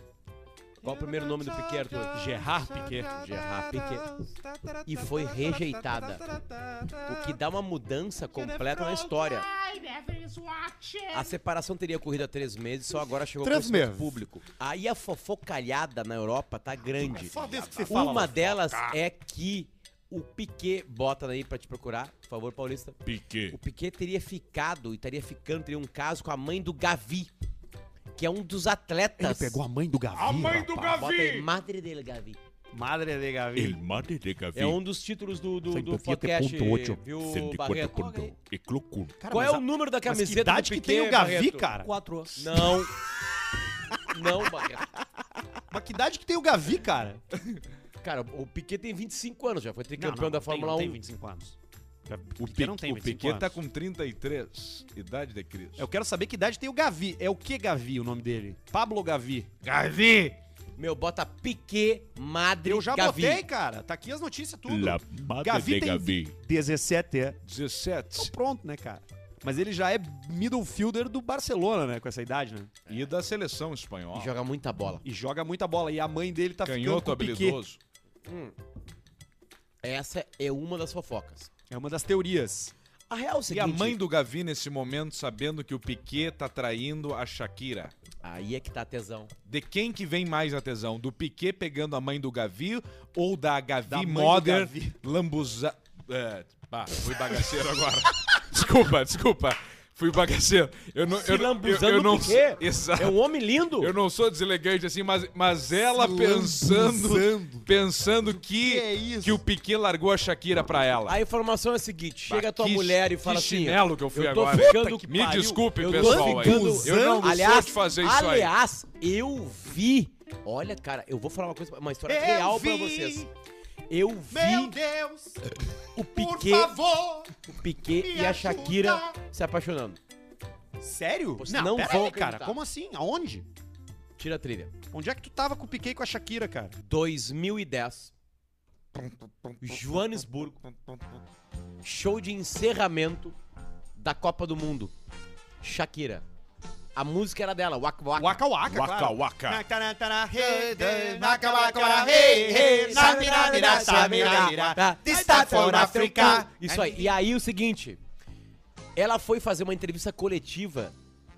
Qual é o primeiro nome do Piquet, Arthur? Gerard Piquet. Gerard Piquet. E foi rejeitada. O que dá uma mudança completa na história. A separação teria ocorrido há três meses, só agora chegou Três ao conhecimento meses. público. Aí a fofocalhada na Europa tá grande. É Só desse que você [LAUGHS] fala. Tá. Uma lá. delas é que o Piquet, bota aí pra te procurar, por favor, Paulista. Piquet. O Piquet teria ficado e estaria ficando, teria um caso com a mãe do Gavi, que é um dos atletas. Ele pegou a mãe do Gavi. A mãe do rapaz. Bota aí, Gavi! madre dele, Gavi. Madre de Gavi. madre de Gavi. É um dos títulos do, do, do 107.8, podcast, viu, Barreto? 104.8, e clocudo. Cara, Qual é mas o número da Mas camiseta que idade do que Piquet, tem o Gavi, Barreto? cara? Quatro anos. Não. [LAUGHS] Não, Barreto. Mas que idade que tem o Gavi, cara? Cara, o Piquet tem 25 anos, já foi Não, tricampeão não, da não tem- Fórmula não 1. tem 25 anos. O, Piquet não Pique- tem o 25 Piquet tá anos. com 33. Idade de Cristo. Eu quero saber que idade tem o Gavi. É o que Gavi, o nome dele? Pablo Gavi. Gavi! Meu, bota Piquet, Madre, Eu já Gavi. botei, cara. Tá aqui as notícias, tudo. La madre Gavi de tem Gavi. 17 anos. 17. Então pronto, né, cara? Mas ele já é middle fielder do Barcelona, né? Com essa idade, né? E da seleção E espanhola. joga muita bola. E joga muita bola. E a mãe dele tá Canhoto ficando com o Piquet. É habilidoso. Essa é uma das fofocas. É uma das teorias. A real é o E seguinte... a mãe do Gavi nesse momento sabendo que o Piquet tá traindo a Shakira. Aí é que tá a tesão. De quem que vem mais a tesão? Do Piquet pegando a mãe do Gavi ou da Gavi Da mãe do Mother Gavi. [LAUGHS] Lambuza... É, pá, fui [LAUGHS] bagaceiro agora. desculpa, desculpa. Fui bagaceiro. Eu não, eu, não- eu, eu não Piquet. Exato. É um homem lindo. Eu não sou deselegante assim, mas, mas ela pensando pensando que, é é que o Piquet largou a Shakira pra ela. A informação é a seguinte, chega a tua que- mulher e que fala assim... chinelo que eu fui tô agora. ficando- Me pariu, desculpe, eu tô pessoal, aí. ficando- Eu não sou aliás, de fazer isso aí. aliás, eu vi... Olha, cara, eu vou falar uma coisa, uma história real pra vocês. Eu vi Deus, o Piquet, o Piquet e a Shakira se apaixonando. Sério? Vocês não pera vão aí, cara. acreditar. Como assim? Aonde? Tira a trilha. Onde é que tu tava com o Piquet e com a Shakira, cara? 2010. Joanesburgo. Show de encerramento da Copa do Mundo. Shakira. A música era dela, Waka Waka. Waka Waka, Waka claro. Waka. Tarantará, hey, hey, Waka, waka, nacabacara, hey, hey, hey, hey, sabirá, birá, sabirá, birá. Tá. Está for Africa. Isso aí. E aí o seguinte, ela foi fazer uma entrevista coletiva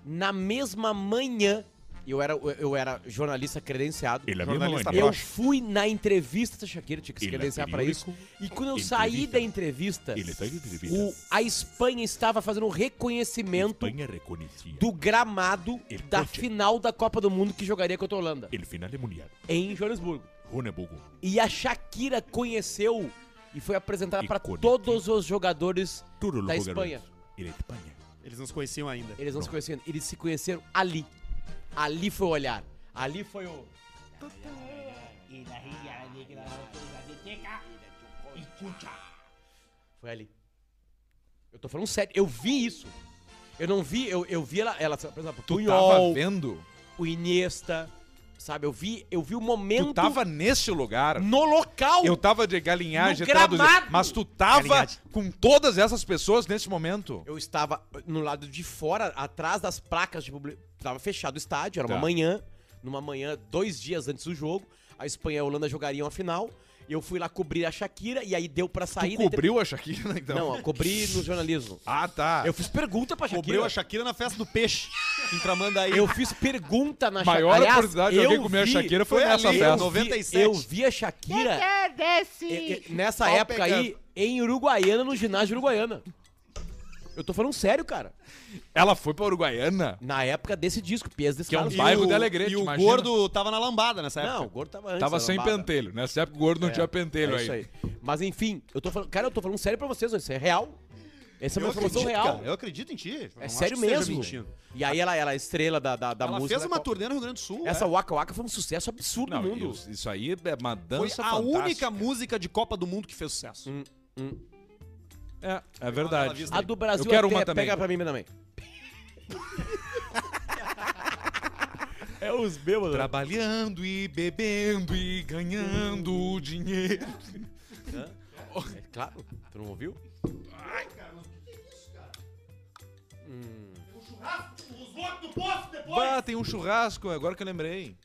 na mesma manhã. Eu era, eu era jornalista credenciado. Ele é mesmo Jornalista mãe. Eu Abaixo. fui na entrevista da Shakira, tinha que se Ele é credenciar pra isso. E quando eu Entrevista. saí da entrevista, Ele tá em entrevista. o- a Espanha estava fazendo um reconhecimento Espanha reconhecia. do gramado Ele da pode. final da Copa do Mundo que jogaria contra a Holanda, Ele final é mundial. em Joanesburgo. Runebugo. E a Shakira conheceu e foi apresentada E para conectou. todos os jogadores Tudo da logo Espanha. Ele é Espanha. Eles não se conheciam ainda. Eles não se conhecendo, eles se conheceram ali. Ali foi o olhar. Ali foi o. Foi ali. Eu tô falando sério, eu vi isso. Eu não vi, eu, eu vi ela, ela por exemplo, Tu tava Puyol, vendo? o Iniesta, sabe? Eu vi, eu vi o momento Tu tava nesse lugar. no local. Eu tava de galinhagem, No traduzido. gramado. mas tu tava Galinhagem. com todas essas pessoas nesse momento. Eu estava no lado de fora, atrás das placas de publicidade. Tava fechado o estádio, era uma Tá. manhã. Numa manhã, dois dias antes do jogo, a Espanha e a Holanda jogariam a final. E eu fui lá cobrir a Shakira e aí deu pra Tu sair. da entre- cobriu a Shakira, [LAUGHS] então? Não, eu cobri no jornalismo. Ah, tá. Eu fiz pergunta pra Cobriu Shakira. a Shakira na festa do [LAUGHS] peixe. Em Tramandaí. Eu fiz pergunta na A maior Aliás, oportunidade de eu alguém comer a vi- Shakira foi, Foi nessa ali, festa. eu vi- 97. Eu vi a Shakira e- e- nessa Tá Pau época aí em Uruguaiana, no ginásio de Uruguaiana. Eu tô falando sério, cara. Ela foi pra Uruguaiana? Na época desse disco, Pias desse Que é um E bairro o- de Alegrete, E o imagina. gordo tava na lambada nessa época. Não, o Gordo tava antes. Tava da sem lambada. pentelho. Nessa época o gordo não É, tinha pentelho é isso aí. Mas enfim, eu tô falando. Cara, eu tô falando sério pra vocês, isso é real. Essa é uma Eu informação acredito, real. cara, eu acredito em ti. É sério mesmo. E aí ela, ela é estrela da, da, da Ela música. fez uma da Copa. turnê no Rio Grande do Sul. Essa é. Waka Waka foi um sucesso absurdo Não, no mundo. isso- isso aí é uma foi dança a fantástica. Hum. única música de Copa do Mundo que fez sucesso. É, é Bela verdade. Vista. A do Brasil Eu quero até uma também. pega pra mim [LAUGHS] também. é os bêbados. né? Trabalhando e bebendo e ganhando dinheiro. É claro, tu não ouviu? Bah, tem um churrasco, agora que eu lembrei.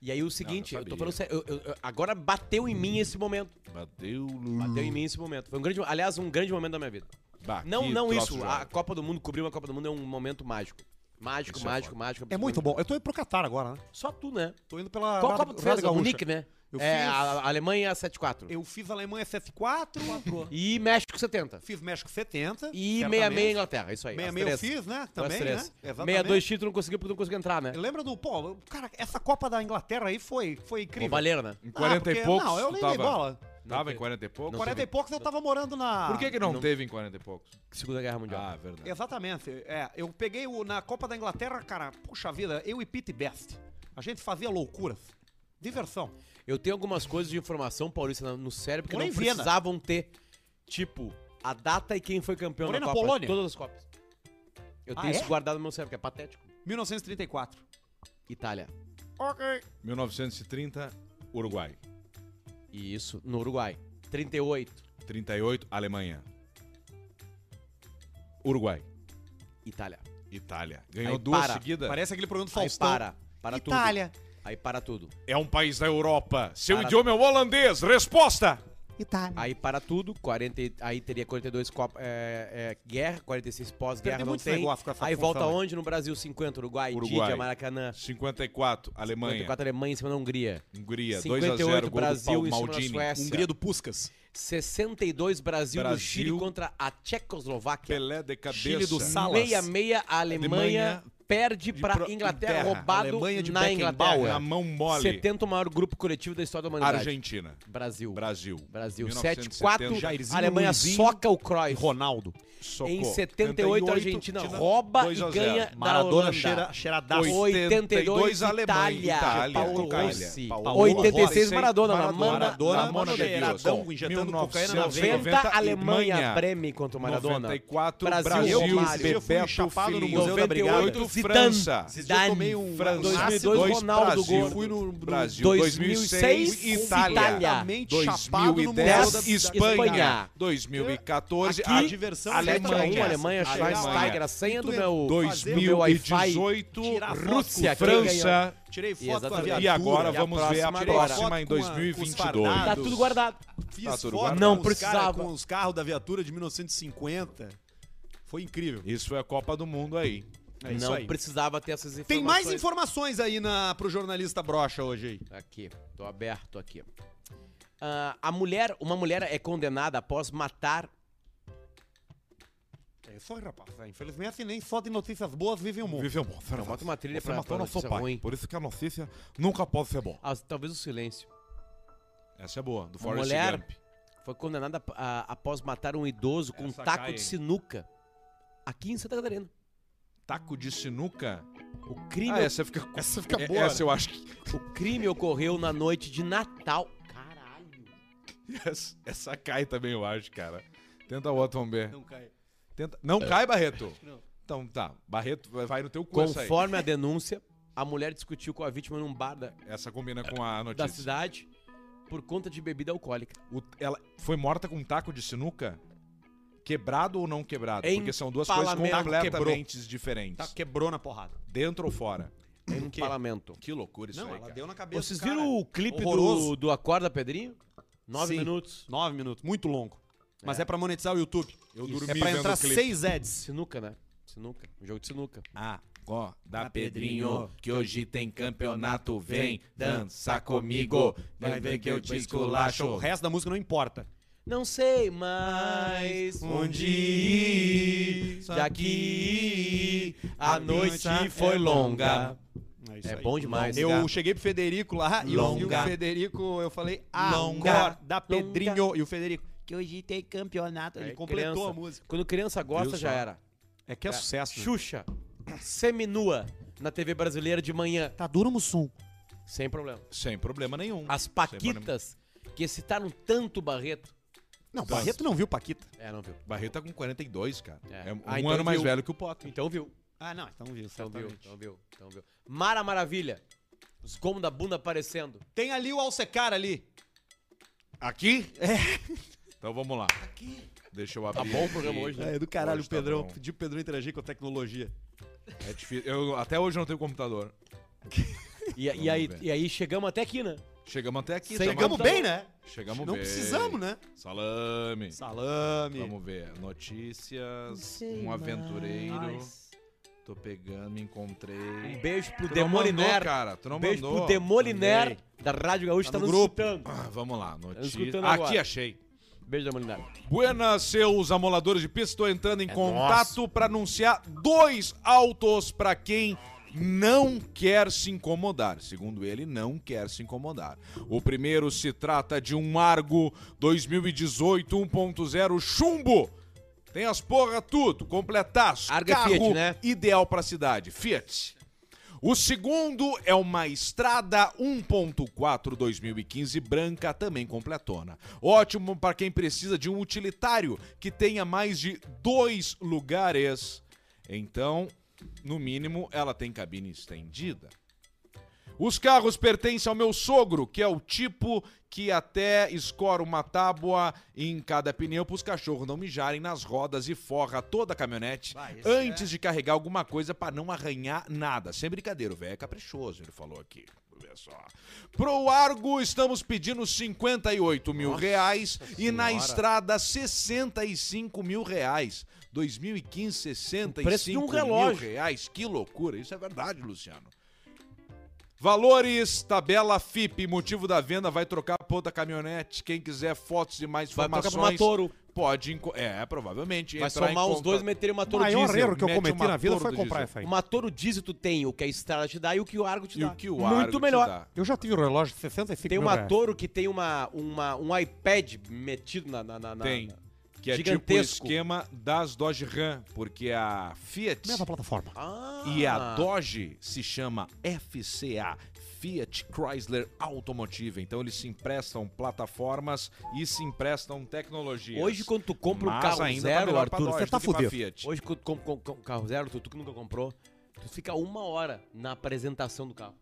E aí o seguinte, Não, eu eu, tô sabia. falando sério. eu- eu- eu- agora bateu em mim esse momento. Bateu. Bateu em mim esse momento. Foi um grande, aliás, um grande momento da minha vida. Bah, Não, que não troço isso. de A jogo. Copa do Mundo, cobrir uma Copa do Mundo é um momento mágico. Mágico, Isso é mágico, mágico. É muito absoluto. bom. Tá Eu tô indo pro Catar agora, né? Só tu, né? Tô indo pela Qual Rádio- Copa tu Rádio fez? O Gaúcha. Nick, né? Eu é, fiz- a a Alemanha 7-4. Eu fiz Alemanha 74, E México 70. fiz México 70. E certamente. 66 Inglaterra, isso aí. as 66 eu três. fiz, né? Então, as Também, né? três. Exatamente. 62 títulos não conseguiu porque não conseguiu entrar, né? Lembra do, pô, cara, essa Copa da Inglaterra aí foi, foi incrível. Ou Valeira, né? Em 40 porque- e poucos. Não, eu tu nem dei tava, bola. Tava em 40 e poucos. 40 e poucos eu tava morando Ah, na. Por que, que não, Não. teve em 40 e poucos? Segunda Guerra Mundial. Ah, verdade. Exatamente. É, eu peguei o, na Copa da Inglaterra, cara, puxa vida, eu e Pete Best. A gente fazia loucuras. Diversão. Eu tenho algumas coisas de informação paulista na- no cérebro que Morei não em Viena. precisavam ter. Tipo, a data e quem foi campeão Morei da na Copa. Polônia. Todas as Copas. Eu Ah, tenho isso é? guardado no meu cérebro, que é patético. 1934. Itália. 1930, Uruguai. E isso no Uruguai. 38, 38, Alemanha. Uruguai. Itália. Itália. Ganhou Aí duas para. seguidas. Parece aquele programa do Aí Faustão. para. Para Itália. tudo. Aí para tudo. É um país da Europa. Seu Para. idioma é o holandês. Resposta! Ah, Itália. Aí para tudo. 40, e- aí teria 42 Copa, é, é, guerra, 46 pós-guerra. Perdi Não muito esse tem. negócio com essa né? Aí volta função aí. onde? No Brasil, 50, Uruguai, Uruguai. Didi, Maracanã. 54, Alemanha. 54 Alemanha em cima da Hungria. Hungria, 2 a 0 58 gol do Brasil Paulo em cima da Maldini. Suécia. Hungria do Puscas. 62 Brasil, do Brasil. Chile contra a Tchecoslováquia. Pelé de cabeça. Chile do Sal. Salas. 66 a Alemanha, Alemanha perde de para pro- Inglaterra, Inglaterra. roubado Alemanha de na Beckenbauer. Inglaterra. Na mão mole. 70 o maior grupo coletivo da história da humanidade. Argentina. Brasil. Brasil. Brasil. 1970, 7-4. Jairzinho, Alemanha Luizinho, soca o Cruyff. Ronaldo. Socou. Em 78, a Argentina rouba e 2 a 0. ganha da Maradona Holanda. cheira, cheiradaço. 82, 82, Alemanha, Itália. Itália, Paulo Itália. Rossi. Paulo 86, Rossi. Maradona. Maradona, Maradona. Maradona, Maradona. Maradona, de Deus. cheiradão, Bom, injetando 1990, cocaína na veia. 90, Alemanha, Alemanha. Breme contra o Maradona. 94, Brasil, Brasil, Romário. Eu fui chapado no Felipe. Museu da Brigada. 98, Zidane. França. Esses dias eu tomei um França. 2002, Dois, Ronaldo Brasil. Gordo. Fui no Brasil. 2006, Itália. Completamente chapado no 2010, Museu da- Espanha. Espanha. 2014, Aqui, a diversão é um, Alemanha. Alemanha, Alemanha, Schweinsteiger, a senha do meu, do meu Wi-Fi. 2018, Tirar foto com Rússia, quem ganhou. França. Tirei E foto com a exatamente. viatura. E E agora a vamos ver a próxima agora. próxima em Foto com a- com os 2022. fardados. Tá tudo guardado. Fiz Tá tudo foto guardado. Não com os cara- precisava. com os carros da viatura de 1950. Foi incrível. Isso é a Copa do Mundo aí. É isso Não aí. precisava ter essas informações. Tem mais informações aí na, pro jornalista Brocha hoje aí. Aqui, tô aberto aqui. Ah, a mulher, uma mulher é condenada após matar. É isso aí, rapaz. É, Infelizmente, nem só de notícias boas um vivem o mundo. Viveu bom, Não, bota uma trilha Você pra, matou pra nosso notícia pai. é ruim. Por isso que a notícia nunca pode ser boa. Ah, talvez o silêncio. Essa é boa, do Uma Forrest mulher Gump. foi condenada a- após matar um idoso com Essa um taco cai, de hein? sinuca. Aqui em Santa Catarina. Taco de sinuca. O crime, Ah, essa fica, Essa fica é- boa. Essa eu acho que. o crime ocorreu na noite de Natal. Caralho. Essa, essa cai também, eu acho, cara. Tenta outra, vamos ver. Não cai. Tenta... Não cai, Barreto. não. Então tá, Barreto vai- vai no teu cu essa aí. Conforme a denúncia, a mulher discutiu com a vítima num bar da, Essa combina com a da notícia. cidade por conta de bebida alcoólica. O- ela foi morta com um taco de sinuca? Quebrado ou não quebrado? Porque são duas coisas Empalamento completamente diferentes. Tá, quebrou na porrada. Dentro ou fora? Em um parlamento. Que loucura isso não, aí, ela cara. deu na cabeça. Vocês do cara. viram o clipe do, Horroroso. do Acorda Pedrinho? Nove Sim. minutos. Nove minutos. Muito longo. Mas é, pra monetizar o YouTube. Eu É pra vendo entrar o clipe. seis ads. Sinuca, né? Sinuca. Um jogo de sinuca. Ah, ó, da Pedrinho, que hoje tem campeonato, vem dança comigo. vai ver que eu te O resto da música não importa. Não sei mais um onde ir daqui. A noite foi longa. é isso É aí. bom demais. Eu cheguei pro Federico lá e o- e o Longa. Federico, eu falei, Longa. acorda, Pedrinho. E o Federico, que hoje tem campeonato. Ele É, completou criança. a música. Quando criança gosta, Viu já só? era. É que é, sucesso. né? Xuxa, seminua na TV brasileira de manhã. Tá duro, Mussum. Sem problema. Sem problema nenhum. As Paquitas, que excitaram tanto o Barreto. Não, Tá. Barreto não viu Paquita. É, não viu. Barreto tá com 42, cara. É. É, um Ah, então ano mais viu. velho que o Potter. Então viu. Ah, não, então viu, Então viu, certamente. então viu, então viu. Mara Maravilha. Os gomos da bunda aparecendo. Tem ali o Alcecar ali. Aqui? É. Então vamos lá. Deixa eu abrir. Tá bom o programa hoje, né? É do caralho Hoje o tá Pedrão. bom. pediu pro Pedrão interagir com a tecnologia. É difícil. Eu até hoje não tenho computador. E, e Vamos aí, ver. e aí chegamos até aqui, né? Chegamos até aqui. Sem tá Chegamos bom? bem, né? Chegamos Não bem. precisamos, né? Salame. Salame. Vamos ver. Notícias. Um aventureiro. Tô pegando, me encontrei. Um beijo pro Tu não mandou, Demoliner. cara. Tu não Um beijo mandou. pro Demoliner da Rádio Gaúcha. Tá, no nos grupo. escutando. Ah, vamos lá. Notícias. escutando Aqui agora. achei. Beijo, Demoliner. Buenas, seus amoladores de pista. Estou entrando em contato para anunciar dois autos para quem não quer se incomodar. Segundo ele, não quer se incomodar. O primeiro se trata de um Argo 2018 1.0 chumbo. Tem as porra tudo, completaço. Argo é carro Fiat, né? ideal para a cidade. Fiat. O segundo é uma Estrada 1.4 2015 branca, também completona. Ótimo para quem precisa de um utilitário que tenha mais de dois lugares. Então, no mínimo, ela tem cabine estendida. Os carros pertencem ao meu sogro, que é o tipo que até escora uma tábua em cada pneu para os cachorros não mijarem nas rodas e forra toda a caminhonete é. antes de carregar alguma coisa para não arranhar nada. Sem brincadeira, o velho é caprichoso, ele falou aqui. Olha Só. Pro Argo estamos pedindo 58 mil reais e na estrada 65 mil reais. 2015, 65 preço de um mil relógio. reais. Que loucura, isso é verdade, Luciano. Valores, tabela FIP, motivo da venda, vai trocar por outra caminhonete. Quem quiser fotos e mais Vai trocar informações, pra uma Toro. pode... enco- É, provavelmente. Vai entrar em somar os conta- dois e meter uma O Toro maior diesel. erro que eu mete cometi uma na vida torre foi do comprar diesel. essa aí. Uma Toro diesel tu tem, o que a Estrada te dá e o que o Argo te E dá. o que o Argo Muito te melhor. dá. Eu já tive um relógio de 65 Tem mil uma reais. Toro que tem uma, uma, um iPad metido na... na, na- na- Tem. na- Que é tipo o Gigantesco. esquema das Dodge Ram, porque é a Fiat Mesma é plataforma. Ah. e a Dodge se chama FCA, Fiat Chrysler Automotive. Então eles se emprestam plataformas e se emprestam tecnologias. Hoje quando tu compra um Mas carro ainda tá zero, melhor pra Arthur, Dodge você tá do que pra fudido. Fiat. Hoje quando tu compra um um carro zero, tu, tu que nunca comprou, tu fica uma hora na apresentação do carro.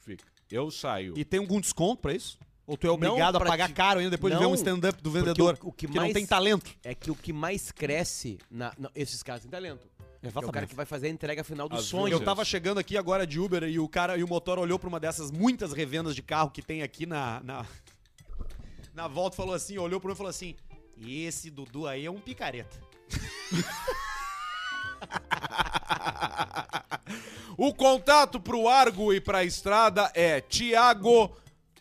Fica. Eu saio. E tem algum desconto pra isso? Ou tu é Não, obrigado a pra pagar ti- caro ainda depois de ver Não, um stand-up do porque vendedor o, o que, que mais não tem talento? é que o que mais cresce na, não, esses caras têm talento. É o cara que vai fazer a entrega final do Às sonho. vezes- Eu tava chegando aqui agora de Uber e o cara e o motor olhou pra uma dessas muitas revendas de carro que tem aqui na na, na volta e falou assim, olhou pra mim e falou assim: "Esse Dudu aí é um picareta". O contato pro Argo e pra Estrada é Tiago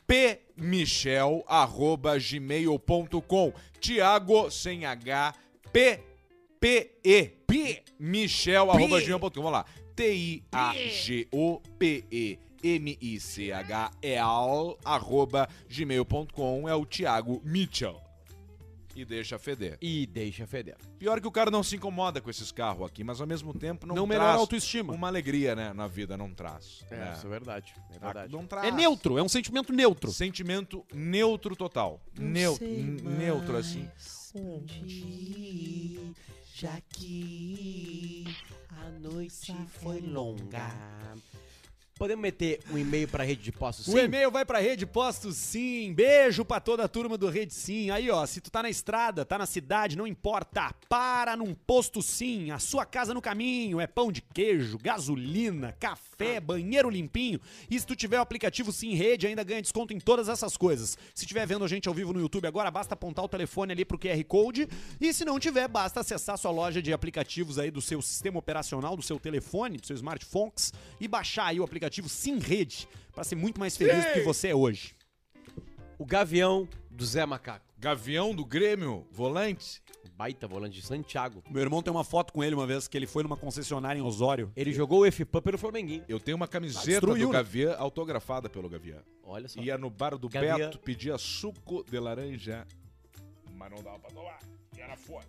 P. Michel, arroba gmail.com. Tiago sem H, P, P, E, P, Michel, arroba gmail.com. Vamos lá. T-I-A-G-O-P-E. M-I-C-H-E-L, é arroba gmail.com, é o Tiago Mitchell. E deixa feder. E deixa feder. Pior que o cara não se incomoda com esses carros aqui, mas ao mesmo tempo não, Não traz melhora a autoestima. uma alegria, né, na vida, não traz. É, né? isso é verdade. É verdade. Não traz. É neutro, é um sentimento neutro. Sentimento neutro total. Neutro, neutro assim. já que a noite foi longa. Podemos meter um e-mail pra rede de postos? O Um e-mail vai pra Rede Postos Sim. Beijo pra toda a turma do Rede Sim. Aí, ó, se tu tá na estrada, tá na cidade, não importa. Para num posto Sim. A sua casa no caminho. É pão de queijo, gasolina, café, banheiro limpinho. E se tu tiver o aplicativo Sim Rede, ainda ganha desconto em todas essas coisas. Se tiver vendo a gente ao vivo no YouTube agora, basta apontar o telefone ali pro QR Code. E se não tiver, basta acessar a sua loja de aplicativos aí do seu sistema operacional, do seu telefone, do seu smartphone e baixar aí o aplicativo Sim Rede para ser muito mais feliz do que você é hoje. O Gavião do Zé Macaco. Um Gavião do Grêmio, volante. Baita volante de Santiago. Meu irmão tem uma foto com ele uma vez que ele foi numa concessionária em Osório. Ele jogou o FPAN pelo Flamenguinho. Eu tenho uma camiseta Destruiu, do né? Gavião autografada pelo Gavião. Olha só. Ia no bar do Gavião. Beto, pedia suco de laranja, mas não dava pra tomar. E era forte.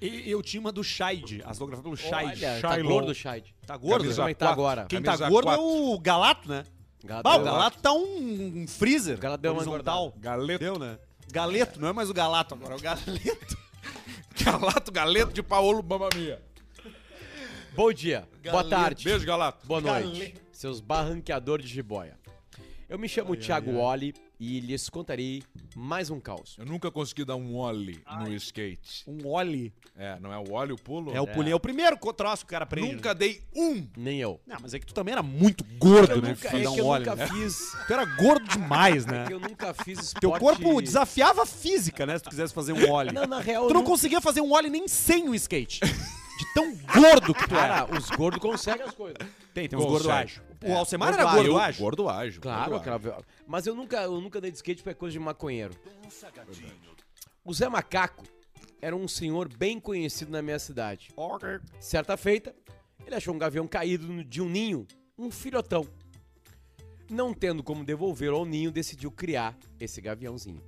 E eu tinha uma do Scheid, as fotografias pelo Scheid. Olha, tá Shailon. gordo o Scheid. Tá gordo? Camisa Como é que tá quatro. agora? Quem tá Camisa gordo quatro. é o Galato, né? Galo- Bah, o Galato tá um, um freezer Galato deu uma horizontal. Galeto. Deu, né? Galeto, não é mais o Galato agora, é o Galeto. Galato, galeto [LAUGHS] de Paolo Mamamia. Bom dia. Boa tarde. Beijo, Galato. Boa noite. Seus barranqueadores de jiboia. Eu me chamo Thiago Oli e lhes contarei mais um caos. Eu nunca consegui dar um ollie no skate. Um ollie. É, não é o ollie o pulo? É, o pulei. É o primeiro co- troço que o cara aprende. Nunca dei um. Nem eu. Não, mas é que tu também era muito gordo, Eu né? nunca, filho? é Dar que eu um ollie, nunca né? fiz. Tu era gordo demais, né? É que eu nunca fiz esporte. [LAUGHS] Teu corpo desafiava a física, né? Se tu quisesse fazer um ollie. Não, na real. tu eu não nunca- conseguia fazer um ollie nem sem o skate. De tão gordo que tu era. Cara, os gordos conseguem as coisas. Tem, tem uns consegue. gordo ágil. O Alcemar era gordo gordo eu, ágil. gordo ágil. Claro, gordo ágil. aquela- mas eu nunca, eu nunca dei de skate porque é coisa de maconheiro. O Zé Macaco era um senhor bem conhecido na minha cidade. Certa feita, ele achou um gavião caído no- de um ninho, um filhotão. Não tendo como devolver ao ninho, decidiu criar esse gaviãozinho.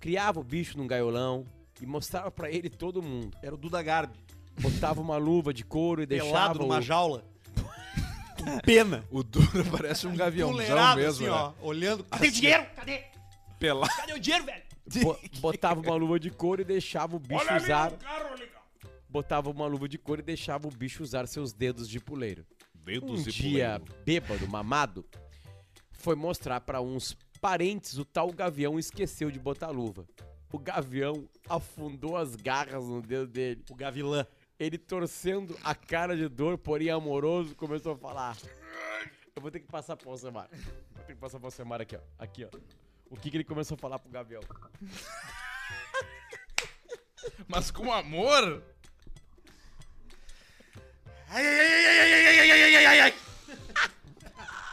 Criava o bicho num gaiolão e mostrava pra ele e todo mundo. Era o Duda Garbi. Botava uma luva de couro e deixava Pelado numa [LAUGHS] o- jaula. Com pena. O Dura [LAUGHS] parece um gaviãozão Puleirado mesmo, assim, né? ó. Olhando. Cadê o dinheiro? Cadê? Pelado. Cadê o dinheiro, velho? Bo- botava uma luva de couro e deixava o bicho usar. carro legal. Botava uma luva de couro e deixava o bicho usar seus dedos de puleiro. Um Dedos e dia, puleiro. bêbado, mamado, foi mostrar pra uns parentes o tal gavião e esqueceu de botar a luva. O gavião afundou as garras no dedo dele. O Gavilã. Ele torcendo a cara de dor, porém amoroso, começou a falar. Eu vou ter que passar pro Alcemar. Vou ter que passar pro Alcemar aqui, ó. Aqui, ó. O que, que ele começou a falar pro gavião? Mas com amor?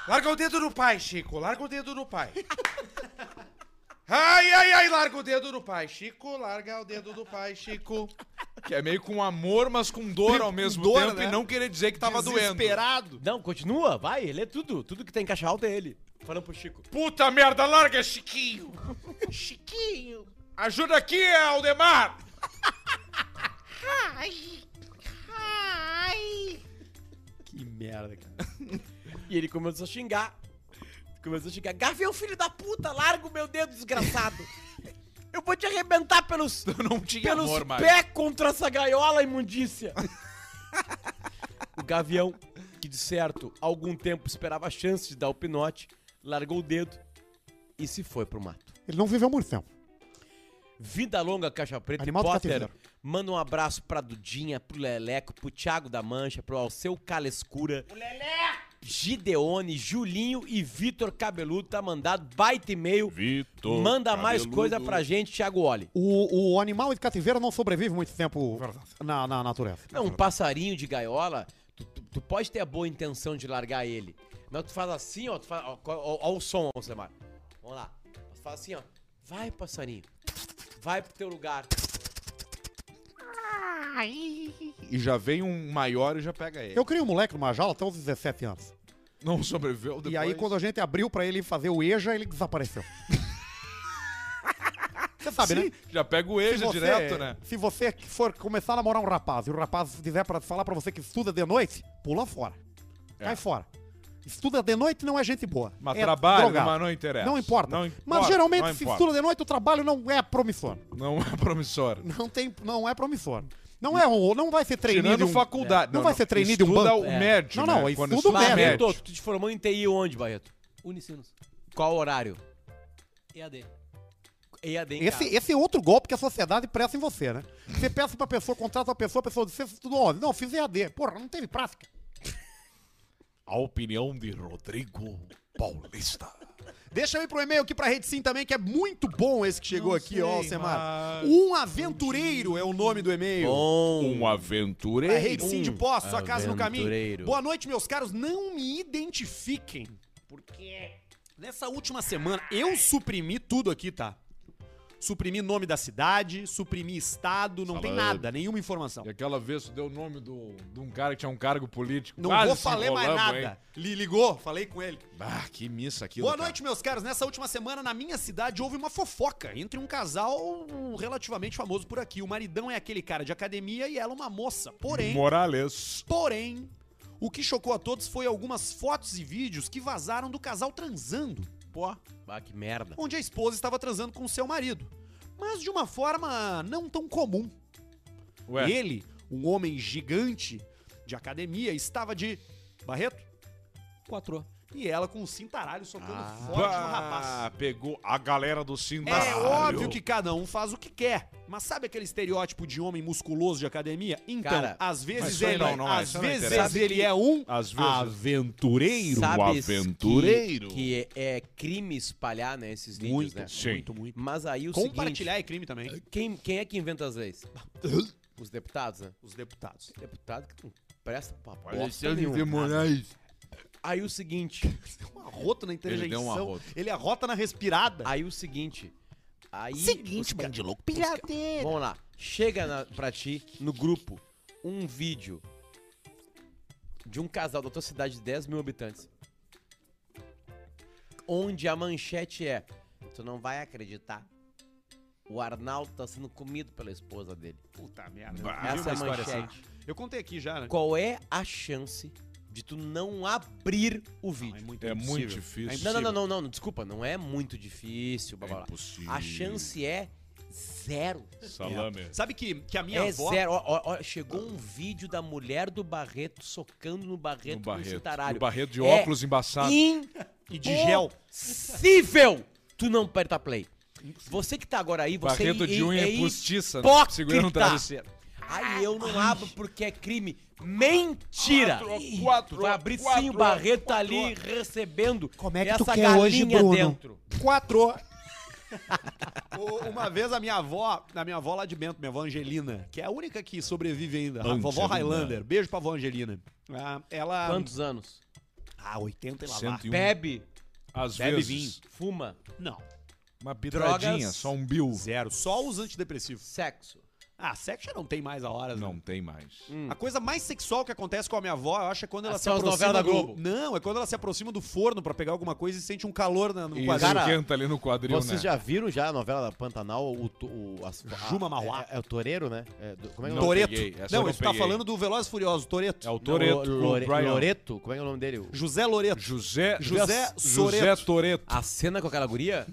Larga o dedo no pai, Chico. Larga o dedo no pai. Ai, ai, ai, larga o dedo no pai, Chico. Larga o dedo do pai, Chico. Que é meio com amor, mas com dor ao mesmo dor, tempo né? e não querer dizer que tava doendo. Desesperado. Não, continua, vai, ele é tudo. Tudo que tem em caixa alta é ele. Falando pro Chico. Puta merda, larga, Chiquinho. Chiquinho. Ajuda aqui, Aldemar. Que merda, cara. E ele começou a xingar. Começou a xingar. Gavião, filho da puta, larga o meu dedo, desgraçado. Eu vou te arrebentar pelos, Não tinha pelos amor mais. pés contra essa gaiola imundícia. o Gavião, que de certo, há algum tempo esperava a chance de dar o pinote, largou o dedo e se foi pro mato. Ele não viveu muito tempo. Vida longa, Caixa Preta Animal e do Potter. cativeiro. Manda um abraço pra Dudinha, pro Leleco, pro Thiago da Mancha, pro Alceu Calescura. Gideone, Julinho e Vitor Cabeludo. Tá mandado baita e-mail. Vitor Manda mais coisa pra gente, Thiago Oli. O, o animal de cativeiro não sobrevive muito tempo na, na natureza. Não, um passarinho de gaiola, tu, tu- tu pode ter a boa intenção de largar ele. Mas tu faz assim, ó, tu faz, ó, ó, ó, ó o som, Alcemar. Vamos lá. Tu faz assim, ó. Vai, passarinho. Vai pro teu lugar. E já vem um maior e já pega ele. Eu criei um moleque numa jaula até os 17 anos. Não sobreviveu depois. E aí, quando a gente abriu pra ele fazer o EJA, ele desapareceu. [LAUGHS] Você sabe, né? Já pega o Se EJA você- direto, né? Se você for começar a namorar um rapaz e o rapaz quiser pra falar pra você que estuda de noite, pula fora. Cai fora. Estuda de noite não é gente boa. É. Mas é trabalha, drogado. mas não interessa. Não importa. Não importa, Mas geralmente, não se importa. estuda de noite, o trabalho não é promissor. Não é promissor. Não, tem, não é promissor. Não, é, um- não vai ser treinado. Tirando faculdade. Não vai ser trainee de um Estuda banco. o É. médio, Não, não, né? estuda Quando o estuda médio. Barreto, tu te formou em TI onde, Barreto? Unicinos. Qual horário? EAD. EAD em Esse, casa. esse é outro golpe que a sociedade pressa em você, né? Você peça pra pessoa, contrata a pessoa, a pessoa diz, você estudou onde? Não, fiz EAD. Porra, não teve prática. A opinião de Rodrigo Paulista. Deixa eu ir pro e-mail aqui pra Rede Sim também, que é muito bom esse que chegou aqui, ó, Alcemar. Um Aventureiro é o nome do e-mail. Bom. Um Pra aventureiro. Um. Rede Sim de Pós, sua é casa no caminho. Aventureiro. Boa noite, meus caros. Não me identifiquem, porque nessa última semana eu suprimi tudo aqui, tá? Suprimi nome da cidade, suprimi estado, não tem Salame. nada, nenhuma informação. E aquela vez tu deu o nome do, de um cara que tinha um cargo político. Não Quase vou se falar mais enrolamos, nada. Li- ligou, falei com ele. hein? Ah, que missa aquilo. Boa cara. noite, meus caros. Nessa última semana, na minha cidade, houve uma fofoca entre um casal relativamente famoso por aqui. O maridão é aquele cara de academia e ela uma moça. Porém, Morales. porém, o que chocou a todos foi algumas fotos e vídeos que vazaram do casal transando, Pô. Ah, que merda. onde a esposa estava transando com o seu marido. Mas de uma forma não tão comum. Ué, Ele, um homem gigante de academia, estava de. Barreto? Quatro. E ela com um cintaralho socando forte no rapaz. Ah, Bah, pegou a galera do cintaralho. É óbvio que cada um faz o que quer. Mas sabe aquele estereótipo de homem musculoso de academia? Então, Cara, às vezes isso aí ele, não, não é, às isso não vezes interessa. ele é um Às vezes. Sabe Aventureiro, Sabes aventureiro. Que, que é, é crime espalhar, né, esses vídeos, muito, né? Sim. muito, muito. Mas aí o Compartilhar é crime também. seguinte, quem, quem é que inventa as [LAUGHS] leis? Os deputados, né? Os deputados. Deputado que não presta pra é bosta Alexandre de nenhuma. Moraes. Aí o seguinte, Um arroto na Ele deu interjeição. um arroto. Ele arrota na respirada. aí o seguinte, aí... os ca- louco, Vamos lá. Chega na, pra ti, no grupo, um vídeo de um casal da tua cidade de 10 mil habitantes. Onde a manchete é: Tu não vai acreditar. O Arnaldo tá sendo comido pela esposa dele. Puta merda. Bah. Eu vi Essa é a Ah, uma história manchete. assim. Eu contei aqui já, né? Qual é a chance de tu não abrir o Não, é vídeo? muito É impossível. muito difícil. Não, não, não, não, não, desculpa, não é muito difícil, blá, blá, é blá. impossível. A chance é zero. é Salame. Sabe que, que a minha é avó... zero. Ó, ó, ó, chegou um vídeo da mulher do Barreto socando no Barreto, No com o barreto. cintaralho. No barreto de É óculos embaçado. E de gel. Impossível tu não apertar play. Você que tá agora aí, você Barreto é, de unha é postiça, né? hipócrita. Segurando o travesseiro. Aí eu não abro porque é crime. Mentira! Quatro, quatro, Vai abrir sim, quatro, o Barreto tá quatro. ali recebendo Como é que essa tu quer galinha hoje, Bruno? dentro. Quatro. O- Uma vez a minha avó, a minha avó lá de Bento, minha avó Angelina, que é a única que sobrevive ainda, a vovó Angelina. Highlander. Beijo pra vó Angelina. Ah, Tá. ela. Quantos anos? Ah, 80 e lá. vai. 101. Bebe, Às Bebe vezes. fuma, Não, Uma pitadinha, Drogas. só um bill. zero. Só os antidepressivos. sexo. Ah, sexo já não tem mais a hora, né? Não Hum. tem mais. A coisa mais sexual que acontece com a minha avó, eu acho, é quando ela Ah, As se suas aproxima. novelas da do- Globo. Não, é quando ela se aproxima do forno pra pegar alguma coisa e sente um calor na- no E quadril. Cara, esquenta ali no quadril, né? Vocês já viram já a novela da Pantanal, o, to- o as- a- Juma Mauá. É, é o Toreiro, né? É, do- como é que é o nome? Toreto. peguei, essa eu Não, não isso tá peguei. falando do Velozes e Furiosos, Toreto. É o Toreto. Lo- o Lore- Brian. Loreto, como é que é o nome dele? O- José Loreto. José, José José Toreto. A cena com aquela [LAUGHS] guria?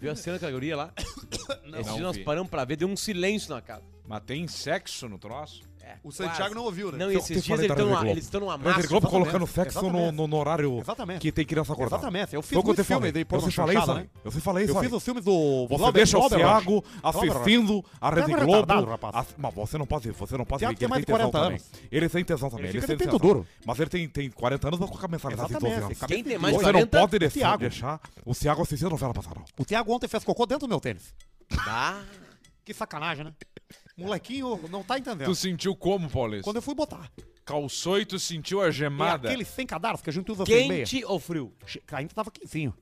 Viu a cena com a guria lá? Esse [COUGHS] Não dia nós vi. paramos pra ver, deu um silêncio na casa. Mas tem sexo no troço? É, O Santiago não ouviu, né? Não, Eu esses te dias falei eles da Rede estão Globo. eles estão numa Rede massa. Globo exatamente, colocando sexo no, exatamente. no, no horário Exatamente. que tem criança acordada. Exatamente. Eu fiz Foi o que eu muito te filme falei. de Eu te porno falei isso chanchada, aí. né? Eu te falei isso Eu aí. fiz o filme do Você Robert deixa o Robert. Thiago Robert. assistindo a Rede Thiago é Globo. retardado, rapaz. a- Mas você não pode, você não pode Thiago ver que tem ele mais tem de tesão 40 também. anos. Ele tem tesão também. Ele Ele fica tem de tesão. pinto duro. Mas ele tem, tem 40 anos, vai colocar mensalidade de 12 Exatamente. anos. Fica- Quem tem mais assim, Você não 40? pode deixar, Thiago. deixar o Thiago assistir a novela passada. O Thiago ontem fez cocô dentro do meu tênis. Bah. Que sacanagem, né? Molequinho não tá entendendo. Tu sentiu como, Paulista? Quando eu fui botar. Calçou e tu sentiu a É gemada. aquele sem cadarço que a gente usa sem meia. Quente ou frio? Tá Che- Ainda tava quinzinho.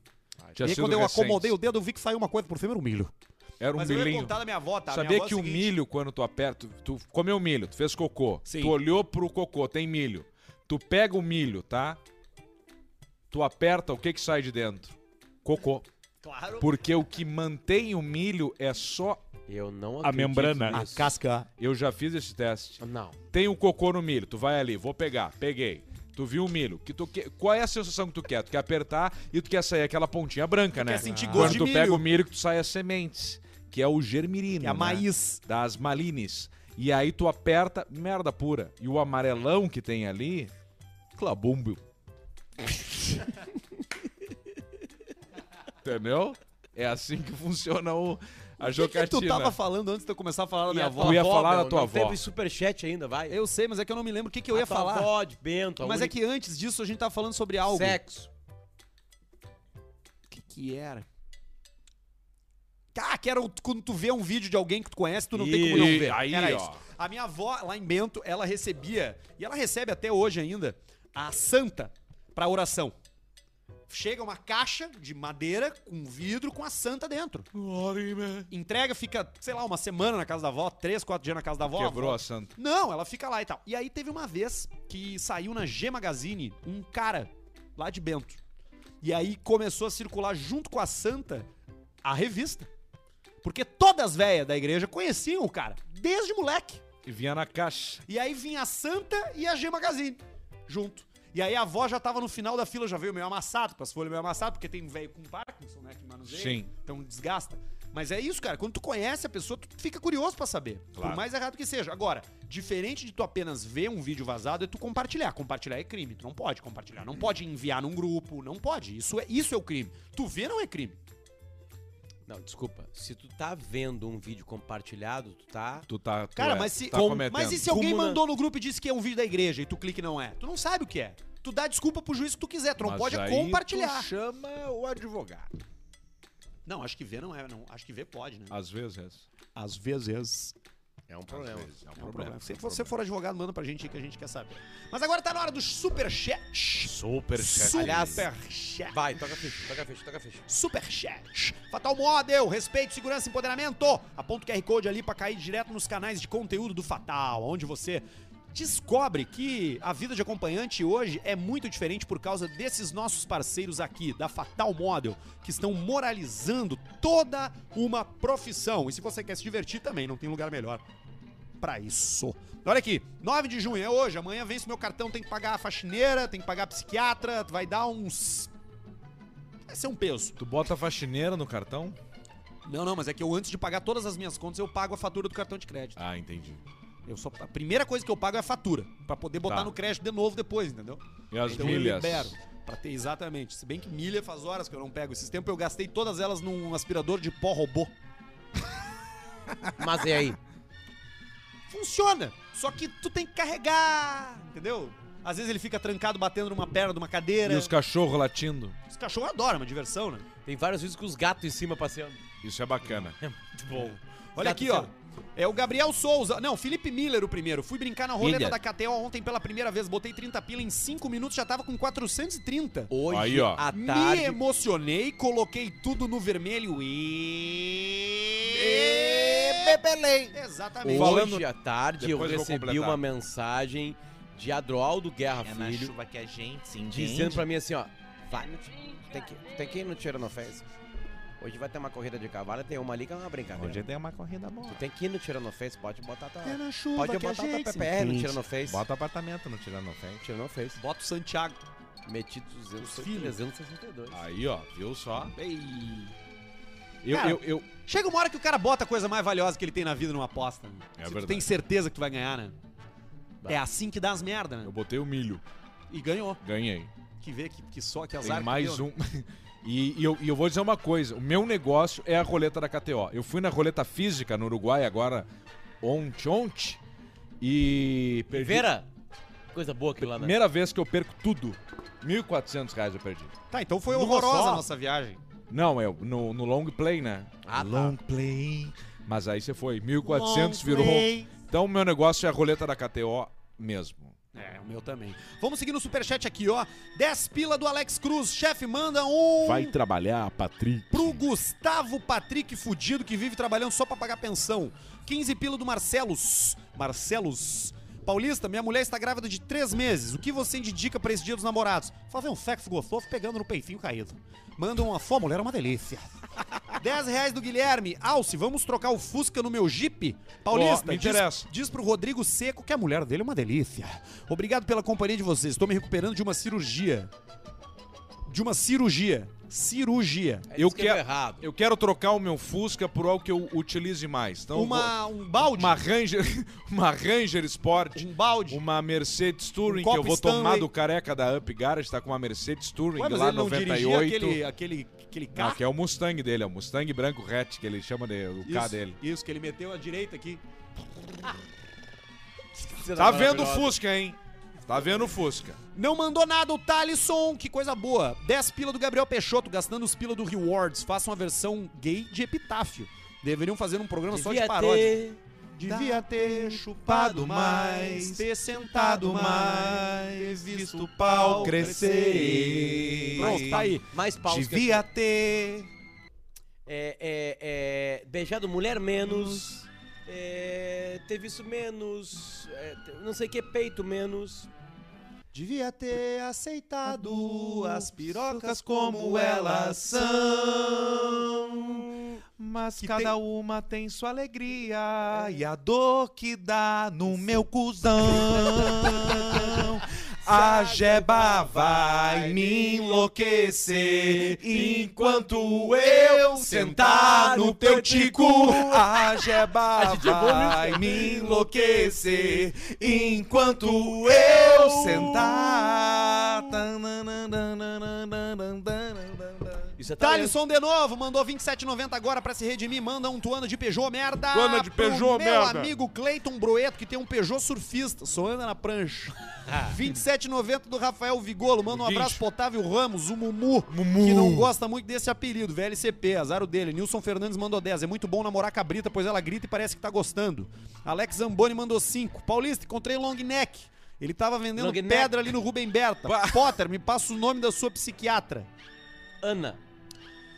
Tinha e aí, sido quando eu recente. acomodei o dedo, eu vi que saiu uma coisa por cima, era um milho. Era um Mas eu ia milhinho. contar da minha avó, tá? Sabia que o milho, quando tu aperta, tu tu comeu milho, tu fez cocô, Sim. tu olhou pro cocô, tem milho. Tu pega o milho, tá? Tu aperta, o que que sai de dentro? Cocô. Claro. Porque o que mantém o milho é só. Eu não A membrana. A nisso. casca. Eu já fiz esse teste. Não. Tem o cocô no milho, tu vai ali, vou pegar, peguei. Tu viu o milho? Que tu que... Qual é a sensação que tu quer? Tu quer apertar e tu quer sair aquela pontinha branca, né? quer sentir Quando gosto de tu milho. pega o milho, que tu sai as sementes, que é o germirino. É a né? maíz. das malines. E aí tu aperta, merda pura. E o amarelão que tem ali, clabúmbio. [LAUGHS] Entendeu? É assim que funciona o, a O que, que jogatina. tu tava falando antes de eu começar a falar da minha avó? Tu ia falar da meu, tua não avó. Teve superchat ainda, vai. Eu sei, mas é que eu não me lembro o que, que eu A ia tua falar. avó de Bento, a Mas é única- que antes disso a gente tava falando sobre algo. Sexo. O que, que era? Ah, que era o- quando tu vê um vídeo de alguém que tu conhece, tu não tem como não E ver. aí, era ó. isso. A minha avó, lá em Bento, ela recebia, e ela recebe até hoje ainda, a santa pra oração. Chega uma caixa de madeira com um vidro com a santa dentro. Entrega, fica, sei lá, uma semana na casa da avó, três, quatro dias na casa da avó. Quebrou avó- a santa. não, ela fica lá e tal. E aí teve uma vez que saiu na G Magazine um cara lá de Bento. E aí começou a circular junto com a Santa a revista. Porque todas as velhas da igreja conheciam o cara, desde moleque. E vinha na caixa. E aí vinha a Santa e a G Magazine junto. E aí a avó já tava no final da fila, já veio meio amassado, com as folhas meio amassado, porque tem um velho com Parkinson, né, que manuseia. Sim. Então desgasta. Mas é isso, cara. Quando tu conhece a pessoa, tu fica curioso pra saber. Claro. Por mais errado que seja. Agora, diferente de tu apenas ver um vídeo vazado, é tu compartilhar. Compartilhar é crime. Tu não pode compartilhar. Não pode enviar num grupo. Não pode. Isso é, isso é o crime. Tu vê não é crime. Não, desculpa. Se tu tá vendo um vídeo compartilhado, tu tá. Tu tá. tu Cara, é, mas tu se. Tá com- cometendo. mas e se alguém Cúmula. mandou no grupo e disse que é um vídeo da igreja e tu clica e não é? Tu não sabe o que é. Tu dá desculpa pro juiz que tu quiser, tu não Mas pode é aí compartilhar. Tu chama o advogado. Não, acho que ver não é, não. Acho que ver pode, né? Às vezes. Às vezes. É um problema. É É um um problema. problema. Se você for advogado, manda pra gente aí que a gente quer saber. Mas agora tá na hora do superchat. Super É Aliás, Superchat. Vai, toca ficha, toca ficha, toca ficha. Superchat. Fatal Model, respeito, segurança e empoderamento. Aponta o QR Code ali pra cair direto nos canais de conteúdo do Fatal, onde você descobre que a vida de acompanhante hoje é muito diferente por causa desses nossos parceiros aqui, da Fatal Model, que estão moralizando toda uma profissão. E se você quer se divertir também, não tem lugar melhor pra isso. Olha aqui, 9 de junho é hoje, amanhã vence meu cartão, tem que pagar a faxineira, tem que pagar a psiquiatra, vai dar uns... Vai ser um peso. Tu bota a faxineira no cartão? Não, não, mas é que eu antes de pagar todas as minhas contas, eu pago a fatura do cartão de crédito. Ah, entendi. Eu só, a primeira coisa que eu pago é a fatura, Pra poder botar Tá. no crédito de novo depois, entendeu? E as então eu milhas? libero. Pra ter exatamente. Se bem que milha faz horas que eu não pego. Esses tempos eu gastei todas elas num aspirador de pó robô. Mas e aí? Funciona! Só que tu tem que carregar, entendeu? Às vezes ele fica trancado batendo numa perna de uma cadeira. E os cachorros latindo? Os cachorros adoram, é uma diversão, né? Tem vários vídeos com os gatos em cima passeando. Isso é bacana. Muito bom. Olha aqui, ó. É o Gabriel Souza. Não, Felipe Miller o primeiro. Fui brincar na roleta Miller. da KTO ontem pela primeira vez. Botei 30 pila em 5 minutos, já tava com 430. Hoje Aí, ó. à Me tarde. emocionei, coloquei tudo no vermelho e. E bebelei. Exatamente. Hoje Falando- à tarde eu Depois eu vou recebi completar. uma mensagem de Adroaldo Guerra É na Filho chuva que a gente se dizendo entende. pra mim assim, ó. Vai no tem que, tem que ir no tiro no face. Hoje vai ter uma corrida de cavalo, tem uma ali que é uma brincadeira. tem uma corrida boa. Tu tem que ir no Tirano Face, pode botar tua. na chuva Pode botar tua PPR no Tirano Face. Bota apartamento no Tirando Fé. Tirano Face. Bota o Santiago. Metido 200, Os filhos. 362. Aí, ó. Viu só? Ei. Eu, Cara, eu, eu... Chega uma hora que o cara bota a coisa mais valiosa que ele tem na vida numa aposta. Né? É Se tu verdade. tem certeza que tu vai ganhar, né? Bah. É assim que dá as merdas, Eu né? botei o milho. E ganhou. Ganhei. Que vê que, que só que azar. Tem que deu, mais né? um. [LAUGHS] E, e eu, e eu vou dizer uma coisa: o meu negócio é a roleta da KTO. Eu fui na roleta física no Uruguai agora, ontem, ontem, e perdi. Vera! Coisa boa aquilo lá, né? Primeira vez que eu perco tudo. R$ 1.400 reais eu perdi. Tá, então um. foi Numa horrorosa só? a nossa viagem. Não, é no, no long play, né? Ah, tá. long play. Mas aí você foi, 1.400 virou. Então o meu negócio é a roleta da KTO mesmo. É, o meu também. Vamos seguir no superchat aqui, ó. 10 pila do Alex Cruz. Chefe, manda um trabalhar, Patrick. pro Gustavo Patrick Fudido, que vive trabalhando só pra pagar pensão. 15 pila do Marcelos. Marcelos. Paulista, minha mulher está grávida de 3 meses. O que você indica pra esse dia dos namorados? Fazer um sexo gostoso pegando no peitinho caído. Manda uma fó, mulher é uma delícia. [LAUGHS] 10 reais do Guilherme. Alce, vamos trocar o Fusca no meu Jeep? Paulista, Ó, me diz- interessa. Diz pro Rodrigo Seco que a mulher dele é uma delícia. Obrigado pela companhia de vocês. Estou me recuperando de uma cirurgia. De uma cirurgia. Cirurgia. É Eu isso que é quero- errado. Eu quero trocar o meu Fusca por algo que eu utilize mais. Então, eu vou- uma, um balde. uma Ranger, [LAUGHS] uma Ranger Sport, um balde. uma Mercedes Touring Um que copo eu vou Stanley. tomar do careca da Up Garage, tá com uma Mercedes Touring Ué, mas lá ele não dirigia 98. aquele, aquele, aquele Não, carro. que é o Mustang dele, é o Mustang branco hatch que ele chama de, o K isso, dele. isso, que ele meteu à direita aqui. Tá vendo o Fusca, hein? Tá vendo o Fusca. Não mandou nada o Talisson, que coisa boa. 10 pila do Gabriel Peixoto, gastando os pila do Rewards. Faça uma versão gay de epitáfio. Deveriam fazer um programa só de Devia paródia. ter- Devia ter chupado mais, ter sentado Tá mais, ter visto o pau crescer. Pronto, tá aí. Mais pausas. que- ter. É, é, é, beijado mulher menos. É, ter visto menos. é, te- não sei o que, peito menos. Devia ter aceitado as pirocas como elas são. Mas Que cada uma tem sua alegria e a dor que dá no meu cuzão. A jeba vai me enlouquecer enquanto eu sentado no teu tico, a jeba vai me enlouquecer enquanto eu sentar. Tá Isso é talento. Thalisson de novo, mandou 27,90 agora pra se redimir. Manda um Tuana de Peugeot, merda. Tuana de Peugeot, meu merda. Meu amigo Cleiton Broeto, que tem um Peugeot surfista, só anda [LAUGHS] na prancha. 27,90 do Rafael Vigolo. Manda um Ah. Vinte. abraço pro Otávio Ramos, o Mumu, que não gosta muito desse apelido. VLCP, azar o dele. Nilson Fernandes mandou 10. É muito bom namorar com a Brita, pois ela grita e parece que tá gostando. Alex Zamboni mandou 5. Paulista, encontrei long neck. Ele tava vendendo Long neck. pedra ali no Rubem Berta. Potter, me passa o nome da sua psiquiatra. Ana.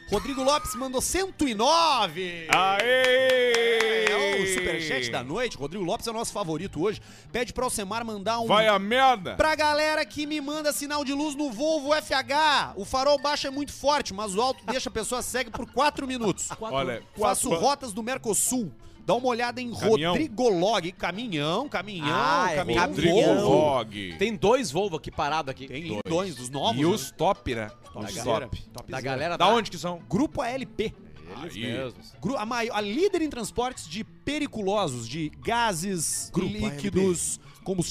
Rodrigo Lopes mandou 109. Aê! É o superchat da noite. Rodrigo Lopes é o nosso favorito hoje. Pede pra Alcemar mandar um. Vai a merda! Pra galera que me manda sinal de luz no Volvo FH. O farol baixo é muito forte, mas o alto deixa a pessoa cega por 4 minutos. Olha, Faço quatro- rotas do Mercosul. Dá uma olhada em Caminhão. Rodrigolog. Caminhão, caminhão, Ah, é caminhão. Rodrigo Volvo. Log. Vog. Tem dois Volvo aqui parado aqui. Tem lindões dos novos. E os top, né? né? Os da top. galera. Top. Da galera Da onde que são? Grupo ALP. Eles Aí. mesmos. Gru- A, mai- a líder em transportes de periculosos, de gases, líquidos,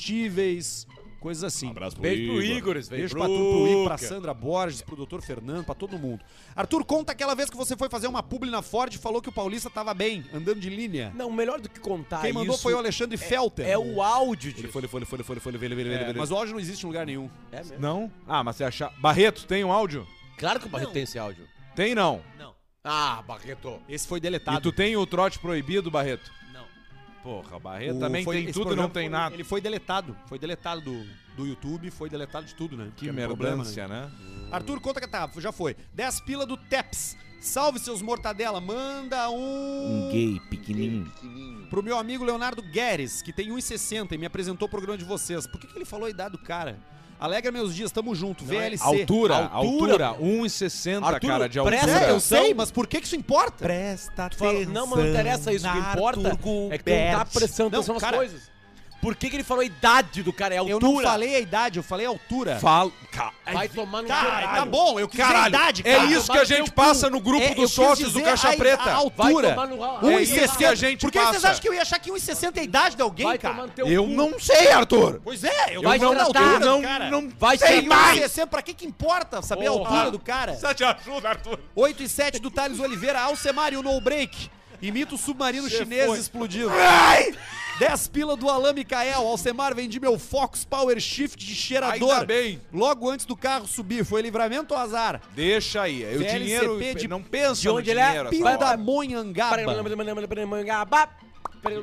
combustíveis, coisas assim. Abraço pro Beijo pro Igor, Beijo pra, tu, pro Igor, pra Sandra Borges, pro Dr. Fernando, pra todo mundo. Arthur, conta aquela vez que você foi fazer uma publi na Ford e falou que o Paulista tava bem, andando de linha. Não, melhor do que contar É. Quem mandou isso foi o Alexandre Felter. é o áudio Ele disso. foi, ele foi, ele foi, ele foi, ele foi, ele foi, ele foi, ele foi. É, Mas o áudio não existe em lugar nenhum. É mesmo. Não? Ah, mas você achar. Barreto, tem um áudio? Claro que o Barreto tem esse áudio. Tem não. Ah, Barreto. Esse foi é. E tu deletado. tem o trote proibido, Barreto? Não. Porra, Barreto O- também foi- tem esse tudo e programa não tem foi- nada. Ele foi deletado. Foi deletado do, do YouTube, foi deletado de tudo, né? Que é um problema, né? merdância, né? Arthur, conta que tá, já foi. 10 pila do Teps. Salve seus mortadela, manda um. Um gay pequenininho. Pro meu amigo Leonardo Guedes, que tem 1,60 e me apresentou o programa de vocês. Por que, que ele falou a idade do cara? Alegra meus dias, tamo junto. VLC. é Altura, Altura, altura, 1,60, Arthur, cara, de presta altura. É, eu atenção. sei, mas por que, que isso importa? Presta Tu fala, não, mas não interessa isso. O que importa é que tu não tá prestando Não, atenção nas cara- coisas. Por que, que ele falou a idade do cara? É a Eu altura. não falei a idade, eu falei a altura. Falo. Ca- Vai tomar no Cara, caralho. tá bom, eu quis a Caralho, idade, é cara. isso que a gente passa no grupo É, eu dos quis sócios do dizer Caixa a- Preta. A Vai altura. tomar no Um rabo. É isso que a 1,60. gente Por que vocês passa. acham que eu ia achar que 1,60 é a idade de alguém, Vai tomar cara? no teu Eu cu. não sei, Arthur. Pois é, eu Vai vou dar tratar, altura, não- cara. não Vai Sei ser mais. mais. 60, um pra que que importa saber a Porra. altura do cara? Só é, te ajuda, Arthur. 8 e 7 do Thales Oliveira, Alcemar e o No é Break. Imita o submarino chinês foi. explodindo. 10 pila do Alain Mikael. Alcemar, vendi meu Fox Power Shift de cheirador. Ainda bem. Logo antes do carro subir. Foi livramento ou azar? Deixa aí. é O VLCP dinheiro. de- Não pensa de no onde ele é? dinheiro. essa Pinda- hora. Pindamonhangaba. Top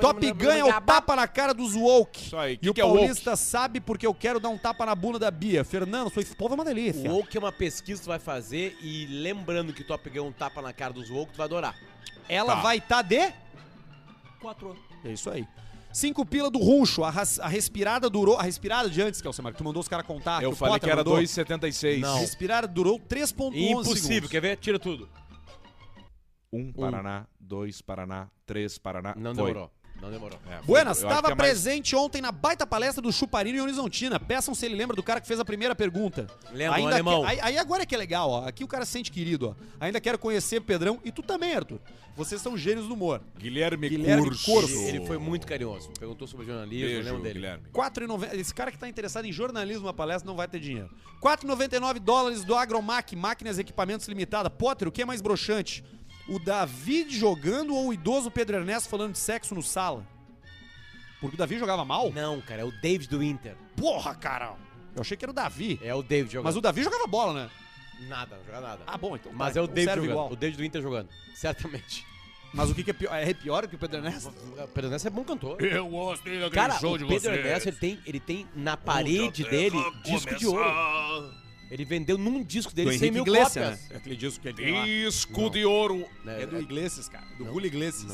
Top Gun é o tapa na cara dos woke. Isso aí, que e o que é woke? paulista sabe porque eu quero dar um tapa na bunda da Bia. Fernando, sua esposa é uma delícia. O woke é uma pesquisa que tu vai fazer e lembrando que Top Gun é um tapa na cara dos woke, tu vai adorar. Ela Tá. vai estar de... Quatro. É isso aí. Cinco pila do Runcho. A, ras- a respirada durou. A respirada de antes, Kelsemar, que tu mandou os caras contar. Eu o falei Potter que era mandou. 2,76. A respirada durou 3,11 Impossível, segundos. quer ver? Tira tudo. 1 Paraná, 2 Paraná, 3 Paraná. Não foi. demorou. Não demorou. É, foi. Buenas, Eu acho estava que é mais- presente ontem na baita palestra do Chuparino e Horizontina. Peçam se ele lembra do cara que fez a primeira pergunta. Lembra, um Ainda alemão. que- aí, aí agora é que é legal, ó. Aqui o cara se sente querido, ó. Ainda quero conhecer Pedrão e tu também, Arthur. Vocês são gênios do humor. Guilherme, Guilherme Curso. Corso. Ele foi muito carinhoso. Perguntou sobre jornalismo, eu Beijo, lembro dele. Guilherme. 4,90. Esse cara que tá interessado em jornalismo na palestra não vai ter dinheiro. 4,99 dólares do Agromac, máquinas e equipamentos limitada. Potter, o que é mais broxante? O David jogando ou o idoso Pedro Ernesto falando de sexo no sala? Porque o Davi jogava mal? Não, cara, é o David do Inter. Porra, cara! Eu achei que era o Davi. É o David jogando. Mas o Davi jogava bola, né? Nada, não joga nada. Ah, bom, então. Mas tá, é o então David serve jogando. igual. O David do Inter jogando. Certamente. Mas o que, que é pior? É pior que o Pedro Ernesto? O Pedro Ernesto é bom cantor. Eu gostei daquele Cara, o Pedro Ernesto, ele tem, ele tem na parede dele disco de ouro. Ele vendeu num disco dele 100 mil cópias. né? Aquele disco que ele tem lá. Disco de ouro. Né, É do Iglesias, cara. Do Julio Iglesias.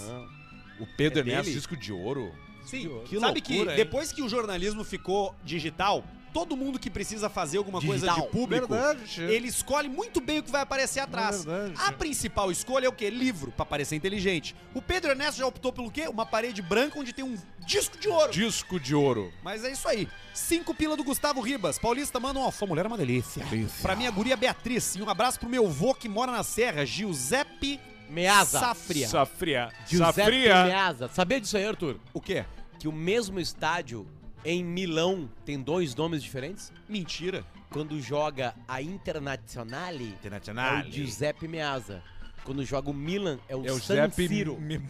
O Pedro É dele? Ernesto, disco de ouro. Sim, Que sabe loucura, que hein? depois que o jornalismo ficou digital, todo mundo que precisa fazer alguma coisa Digital. de público, Verdade. É ele escolhe muito bem o que vai aparecer atrás. Verdade. A principal escolha é o quê? Livro, pra parecer inteligente. O Pedro Ernesto já optou pelo quê? Uma parede branca onde tem um disco de ouro. Disco de ouro. Mas é isso aí. Cinco pila do Gustavo Ribas. Paulista manda um alfa. Mulher é uma delícia. Pra minha guria Beatriz. E um abraço pro meu vô que mora na Serra, Giuseppe Meaza. Safria. Safria. Giuseppe Safria. Meaza. Sabia disso aí, Arthur? O quê? Que o mesmo estádio em Milão tem dois nomes diferentes? Mentira. Quando joga a Internazionale, é o Internacional. Giuseppe Meazza. Quando joga o Milan, é o, É o San Giuseppe Siro. Mi-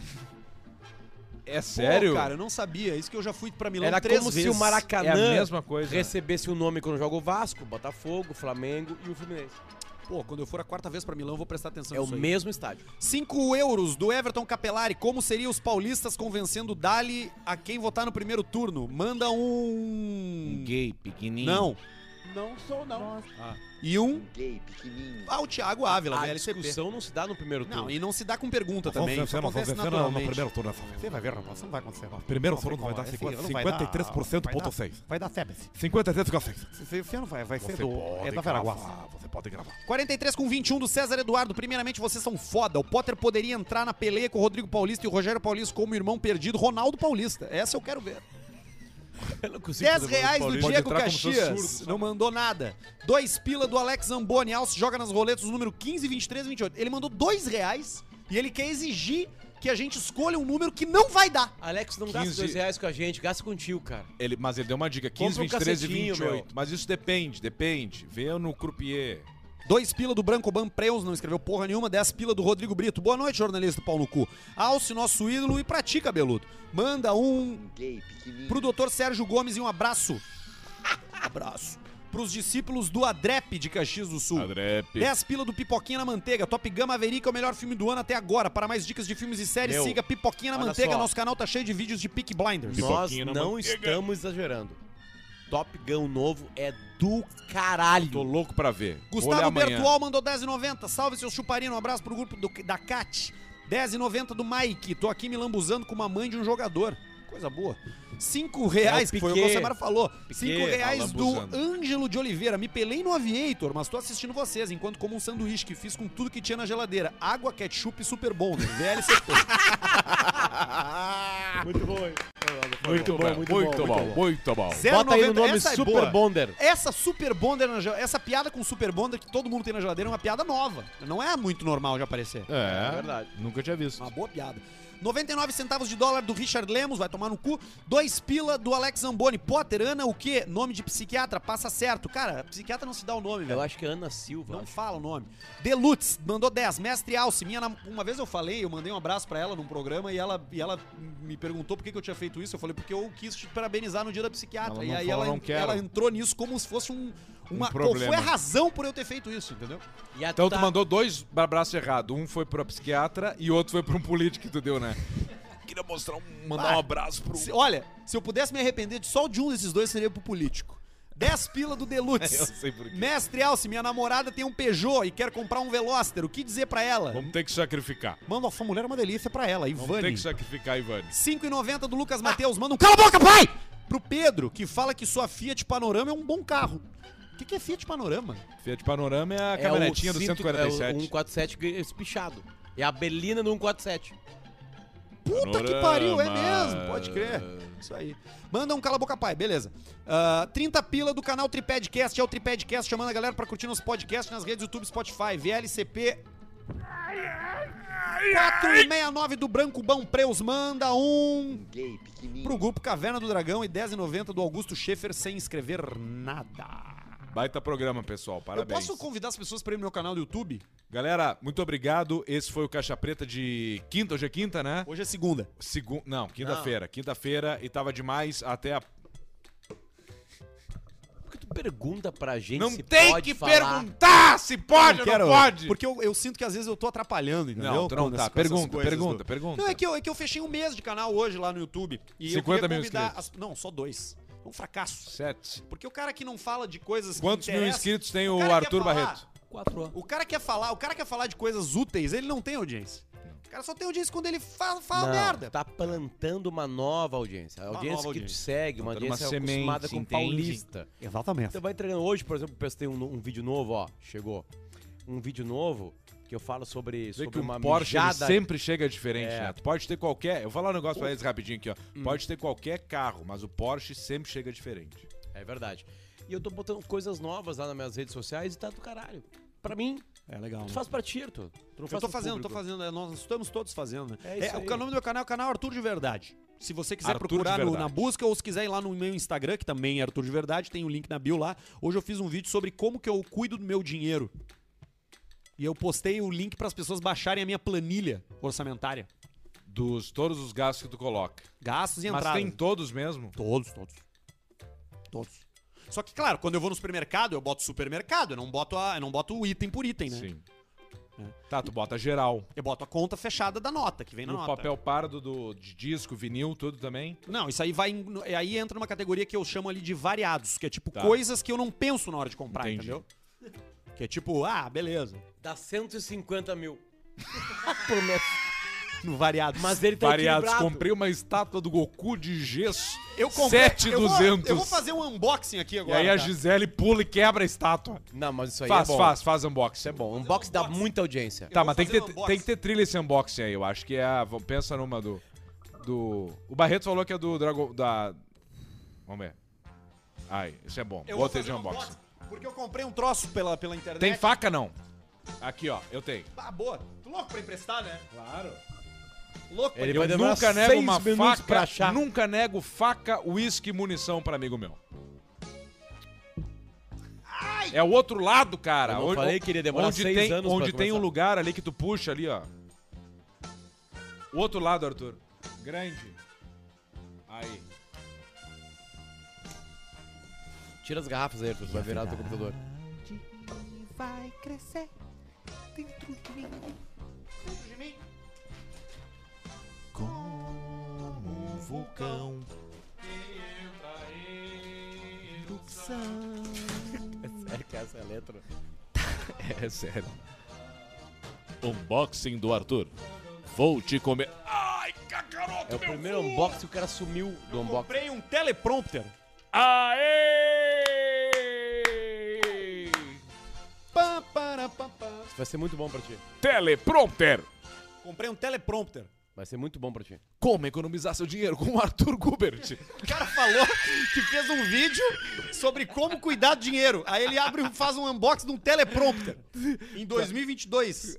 É sério? Pô, cara, eu não sabia. Isso que eu já fui pra Milão Era três como vezes. se o é a Maracanã mesma coisa. recebesse o nome quando joga o Vasco, o Botafogo, o Flamengo e o Fluminense. Pô, quando eu for a quarta vez pra Milão, eu vou prestar atenção É o nisso aí. mesmo estádio. 5 euros do Everton Capelari. Como seriam os paulistas convencendo o Dali a quem votar no primeiro turno? Manda um. Gay, pequenininho. Não. Não sou, não. E um. Gay, pequenininho. Ah, o Thiago Ávila, A VLCP. discussão não se dá no primeiro turno. Não, e não se dá com pergunta também. Isso acontece naturalmente. turno. Você vai ver, rapaz, não vai acontecer. rapaz. Primeiro Não sei qual é, esse ano vai dar- vai dar- Vai dar sebes. 53,6. Esse esse ano vai, vai ser Você do... É da Vera Guassa. Você pode gravar. 43 com 21 do César Eduardo. Primeiramente, vocês são foda. O Potter poderia entrar na peleia com o Rodrigo Paulista e o Rogério Paulista como irmão perdido. Ronaldo Paulista. Essa eu quero ver. [LAUGHS] Eu não consigo 10 fazer reais o do Paulinho. Diego entrar como se fosse Caxias. surdo. Não mandou nada. Dois pila do Alex Zamboni. Alce joga nas roletas o número 15, 23 e 28. Ele mandou dois reais e ele quer exigir que a gente escolha um número que não vai dar. Alex, não gasta 15. dois reais com a gente, gasta contigo, cara. Ele, mas ele deu uma dica: 15, Compra um 23 e cacetinho, 28. meu. Mas isso depende, depende. Vê no croupier. Dois pila do Branco Ban Preus, não escreveu porra nenhuma. Dez pila do Rodrigo Brito. Boa noite, jornalista do pau no cu. Alce, nosso ídolo, e pratica, Beludo. Manda um pro doutor Sérgio Gomes e um abraço. Abraço. Pros discípulos do Adrep de Caxias do Sul. Adrep. 10 pila do Pipoquinha na Manteiga. Top Gun Maverick é o melhor filme do ano até agora. Para mais dicas de filmes e séries, Meu, siga Pipoquinha na olha Manteiga. só. Nosso canal tá cheio de vídeos de Peak Blinders. Nós Pipoquinha na não manteiga. estamos exagerando. Top Gun novo é do caralho. Tô louco pra ver. Vou olhar Gustavo amanhã. Bertual mandou 10,90. Salve, seus chuparino. Um abraço pro grupo do- da Cat. 10,90 do Mike. Tô aqui me lambuzando com uma mãe de um jogador. Coisa boa. 5 reais, É o que foi o que o Piquet. Samara falou. 5 tá reais do lambuzando. Ângelo de Oliveira. Me pelei no Aviator, mas tô assistindo vocês, enquanto como um sanduíche que fiz com tudo que tinha na geladeira. Água, ketchup e super bom, né? VLCP. Muito bom, hein? Muito bom, muito, bom, muito bom. [LAUGHS] Bota aí 0,90. o nome Essa é Super boa. Bonder. Essa Super Bonder, na gel- essa piada com Super Bonder que todo mundo tem na geladeira é uma piada nova. Não é muito normal de aparecer. É, verdade. Nunca tinha visto. Uma boa piada. 99 centavos de dólar do Richard Lemos, vai tomar no cu. Dois pila do Alex Zamboni. Potter, Ana, o quê? Nome de psiquiatra, passa certo. Cara, psiquiatra não se dá o nome, Eu velho. acho que é Ana Silva. Não fala o nome. Delutz mandou 10. Mestre Alce, minha nam- uma vez eu falei, eu mandei um abraço pra ela num programa e ela, e ela me perguntou por que, que eu tinha feito isso. Eu falei, porque eu quis te parabenizar no dia da psiquiatra. Ela e não aí ela, fala, não quero. ela entrou nisso como se fosse um. Uma, qual problema. foi a razão por eu ter feito isso, entendeu? E a Então Ta- tu mandou dois abraços errados. Um foi pra psiquiatra e outro foi pra um político que tu deu, né? Queria mostrar um, mandar um abraço pro... Se- olha, se eu pudesse me arrepender de só de um desses dois, seria pro político. 10 pila do Eu [LAUGHS] Deluxe. sei por quê. um Mestre Alce, minha namorada tem um Peugeot e quer comprar um Veloster. O que dizer pra ela? Vamos ter que sacrificar. Manda uma mulher é uma delícia pra ela, Vamos ter Ivani. que Ah, sacrificar, Ivani. 5,90 do Lucas Mateus. Manda um cala a boca, pai! Pro Pedro, que fala que sua Fiat Panorama é um bom carro. O que, que é Fiat Panorama? Fiat Panorama é a é caminhonetinha o do cinto- É 147. o 147 gr- espichado. É a Belina do 147. Puta que Panorama. pariu, é mesmo, pode crer. Isso aí. Manda um cala a boca, pai, beleza. Ah, 30 pila do canal Tripadcast, é o Tripadcast, chamando a galera pra curtir nosso podcast nas redes YouTube, Spotify, VLCP. 469 do Branco Bão Preus manda um pro grupo Caverna do Dragão e 10,90 do Augusto Schaefer sem escrever nada. Baita programa, pessoal. Parabéns. Eu posso convidar as pessoas pra ir no meu canal do YouTube? Galera, muito obrigado. Esse foi o Caixa Preta de quinta. Hoje é quinta, né? Hoje é segunda. Segun... Não, quinta-feira. Ah, Quinta-feira e tava demais até a... Por que tu pergunta pra gente Não se tem pode que falar? perguntar se pode ou Ah, não pode. Porque eu, eu sinto que às vezes eu tô atrapalhando, entendeu? Não, tu não Com essas- tá. com essas Pergunta, coisas pergunta, do- pergunta. Não, é que, eu, é que eu fechei um mês de canal hoje lá no YouTube. E 50 eu mil queria convidar... inscritos. as- Não, só dois. É um fracasso. Sete. Porque o cara que não fala de coisas Quantos que mil interessam- inscritos tem o o, cara quer Arthur falar. Barreto? Quatro anos. O cara quer falar, o cara quer falar de coisas úteis, ele não tem audiência. O cara só tem audiência quando ele fala, fala Não, merda. Tá plantando uma nova audiência. A audiência que nova te audiência. segue, uma Plantando uma audiência acostumada semente, com entende? paulista. Exatamente. Você vai entregando hoje, por exemplo, eu tem um, um vídeo novo, ó, chegou. Um vídeo novo que eu falo sobre, Vê sobre que uma o Porsche ele mijada. sempre chega diferente, É. Uh. Hum. né? Tu pode ter qualquer. Eu vou falar um negócio pra eles rapidinho aqui, ó. Pode ter qualquer carro, mas o Porsche sempre chega diferente. É verdade. E eu tô botando coisas novas lá nas minhas redes sociais e tá do caralho. Pra mim, É legal. né? tu faz pra ti, Arthur. Tu não Eu faz tô pro fazendo, tô público. fazendo. é, Nós estamos todos fazendo, né? É isso É, aí. o nome do meu canal é o canal Arthur de Verdade. Se você quiser Arthur procurar de no- na Verdade. busca ou se quiser ir lá no meu Instagram, que também é Arthur de Verdade, tem o link na bio lá. Hoje eu fiz um vídeo sobre como que eu cuido do meu dinheiro. E eu postei o link para as pessoas baixarem a minha planilha orçamentária. Dos todos os gastos que tu coloca. Gastos e Mas entradas. tem todos mesmo? Todos, todos. Todos. Só que, claro, quando eu vou no supermercado, eu boto supermercado, eu não boto, a, eu não boto o item por É. item, né? Sim. Tá, tu bota geral. Eu boto a conta fechada da nota, que vem na No tá. nota. papel pardo do, de disco, vinil, tudo também. [LAUGHS] Não, isso aí vai. em- no- é, Aí entra numa categoria que eu chamo ali de variados, que é tipo Tá. coisas que eu não penso na hora de comprar, Entendi. entendeu? Que é tipo, ah, beleza. Dá 150 mil. Por mês. No variado. Mas ele tá Variados. equilibrado. Comprei uma estátua do Goku de gesso. eu eu vou- 7,200. Eu vou fazer um unboxing aqui E agora. aí a tá? Gisele pula e quebra a estátua. Não, mas isso aí Faz, é bom. faz, faz unboxing. Isso é bom. Unboxing dá muita audiência. Tá, vou mas tem que, fazer ter, um unboxing. tem que ter trilha esse unboxing aí. Eu acho que é a. vamos- Pensa numa do. Do. O Barreto falou que é do Dragon. Da. Vamos ver. Ai, isso é bom. Eu vou Botei fazer de um unboxing. unboxing. Porque eu comprei um troço pela, pela internet. Tem faca não? Aqui, ó, eu tenho. Ah, boa. Tu louco pra emprestar, né? Claro. Louco pra Ele emprestar. vai demorar nunca né, nego seis uma minutos faca. pra achar. Nunca nego faca, uísque e munição pra amigo meu. É o outro lado, cara. Eu não falei que iria demorar onde seis tem, anos pra Onde tem um começar. lugar ali que tu puxa ali, ó. O outro lado, Arthur. Grande. Aí. Tira as garrafas aí, Arthur. Vai virar no teu computador. Vai crescer dentro de mim. Como um vulcão. Erupção. Sério que essa é a letra? É sério. Unboxing do Arthur. Vou te comer. Ai, cacaroto, É o primeiro unboxing que o cara sumiu do unboxing. Comprei um teleprompter. Aê! Pá, para, pá, pá. Vai ser muito bom pra ti. Teleprompter. Comprei um teleprompter. Vai ser muito bom pra ti. Como economizar seu dinheiro com o Arthur Gubert. O cara falou que fez um vídeo sobre como cuidar do dinheiro. Aí ele abre e faz um unboxing de um teleprompter. Em 2022.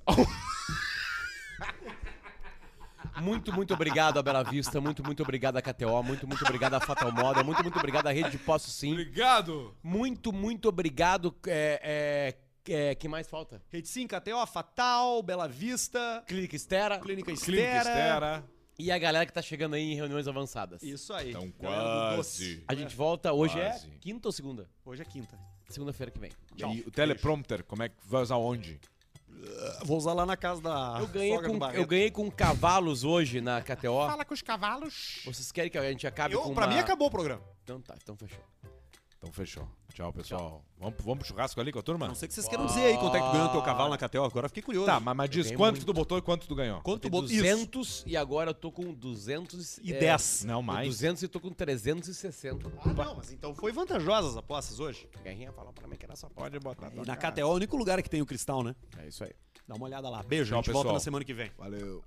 Muito, muito obrigado à Bela Vista, muito, muito obrigado à KTO, muito, muito obrigado à Fatal Moda, muito, muito obrigado à Rede de Poço Sim. Obrigado. Muito, muito obrigado. É, é, é, que mais falta? Rede 5, KTO, Fatal, Bela Vista, Clínica Estera Clínica Clínica Estera. Estera. e a galera que tá chegando aí em reuniões avançadas. Isso aí. Então Galera do quase. doce. A gente volta hoje é Quase. quinta ou segunda? Hoje é quinta. Segunda-feira que vem. Tchau. E o teleprompter, como é que vai usar onde? Vou usar lá na casa da Eu ganhei, sogra do com, Barreto. eu ganhei com cavalos hoje na KTO. com os cavalos. Vocês querem que a gente acabe Eu- com pra uma... mim acabou o programa. Então tá, então fechou. Então fechou. Tchau, pessoal. Vamos, vamos pro churrasco ali com a Não turma? sei o que vocês queiram dizer aí quanto é que ganha o teu cavalo na KTO. Agora eu fiquei curioso. Tá, mas, mas diz ganhei quanto muito. que tu botou e quanto tu ganhou. quanto Tem bom. Isso. 200 e agora eu tô com 200 E é, 10. Não tô mais. 200 e tô com 360. Ah, não, mas então foi vantajosas as apostas hoje. Guerrinha falou pra mim que era só pode. Pode botar. E na KTO é o único lugar que tem o cristal, né? É isso aí. Dá uma olhada lá. Beijo, Tchau, a gente volta pessoal. na semana que vem. Valeu.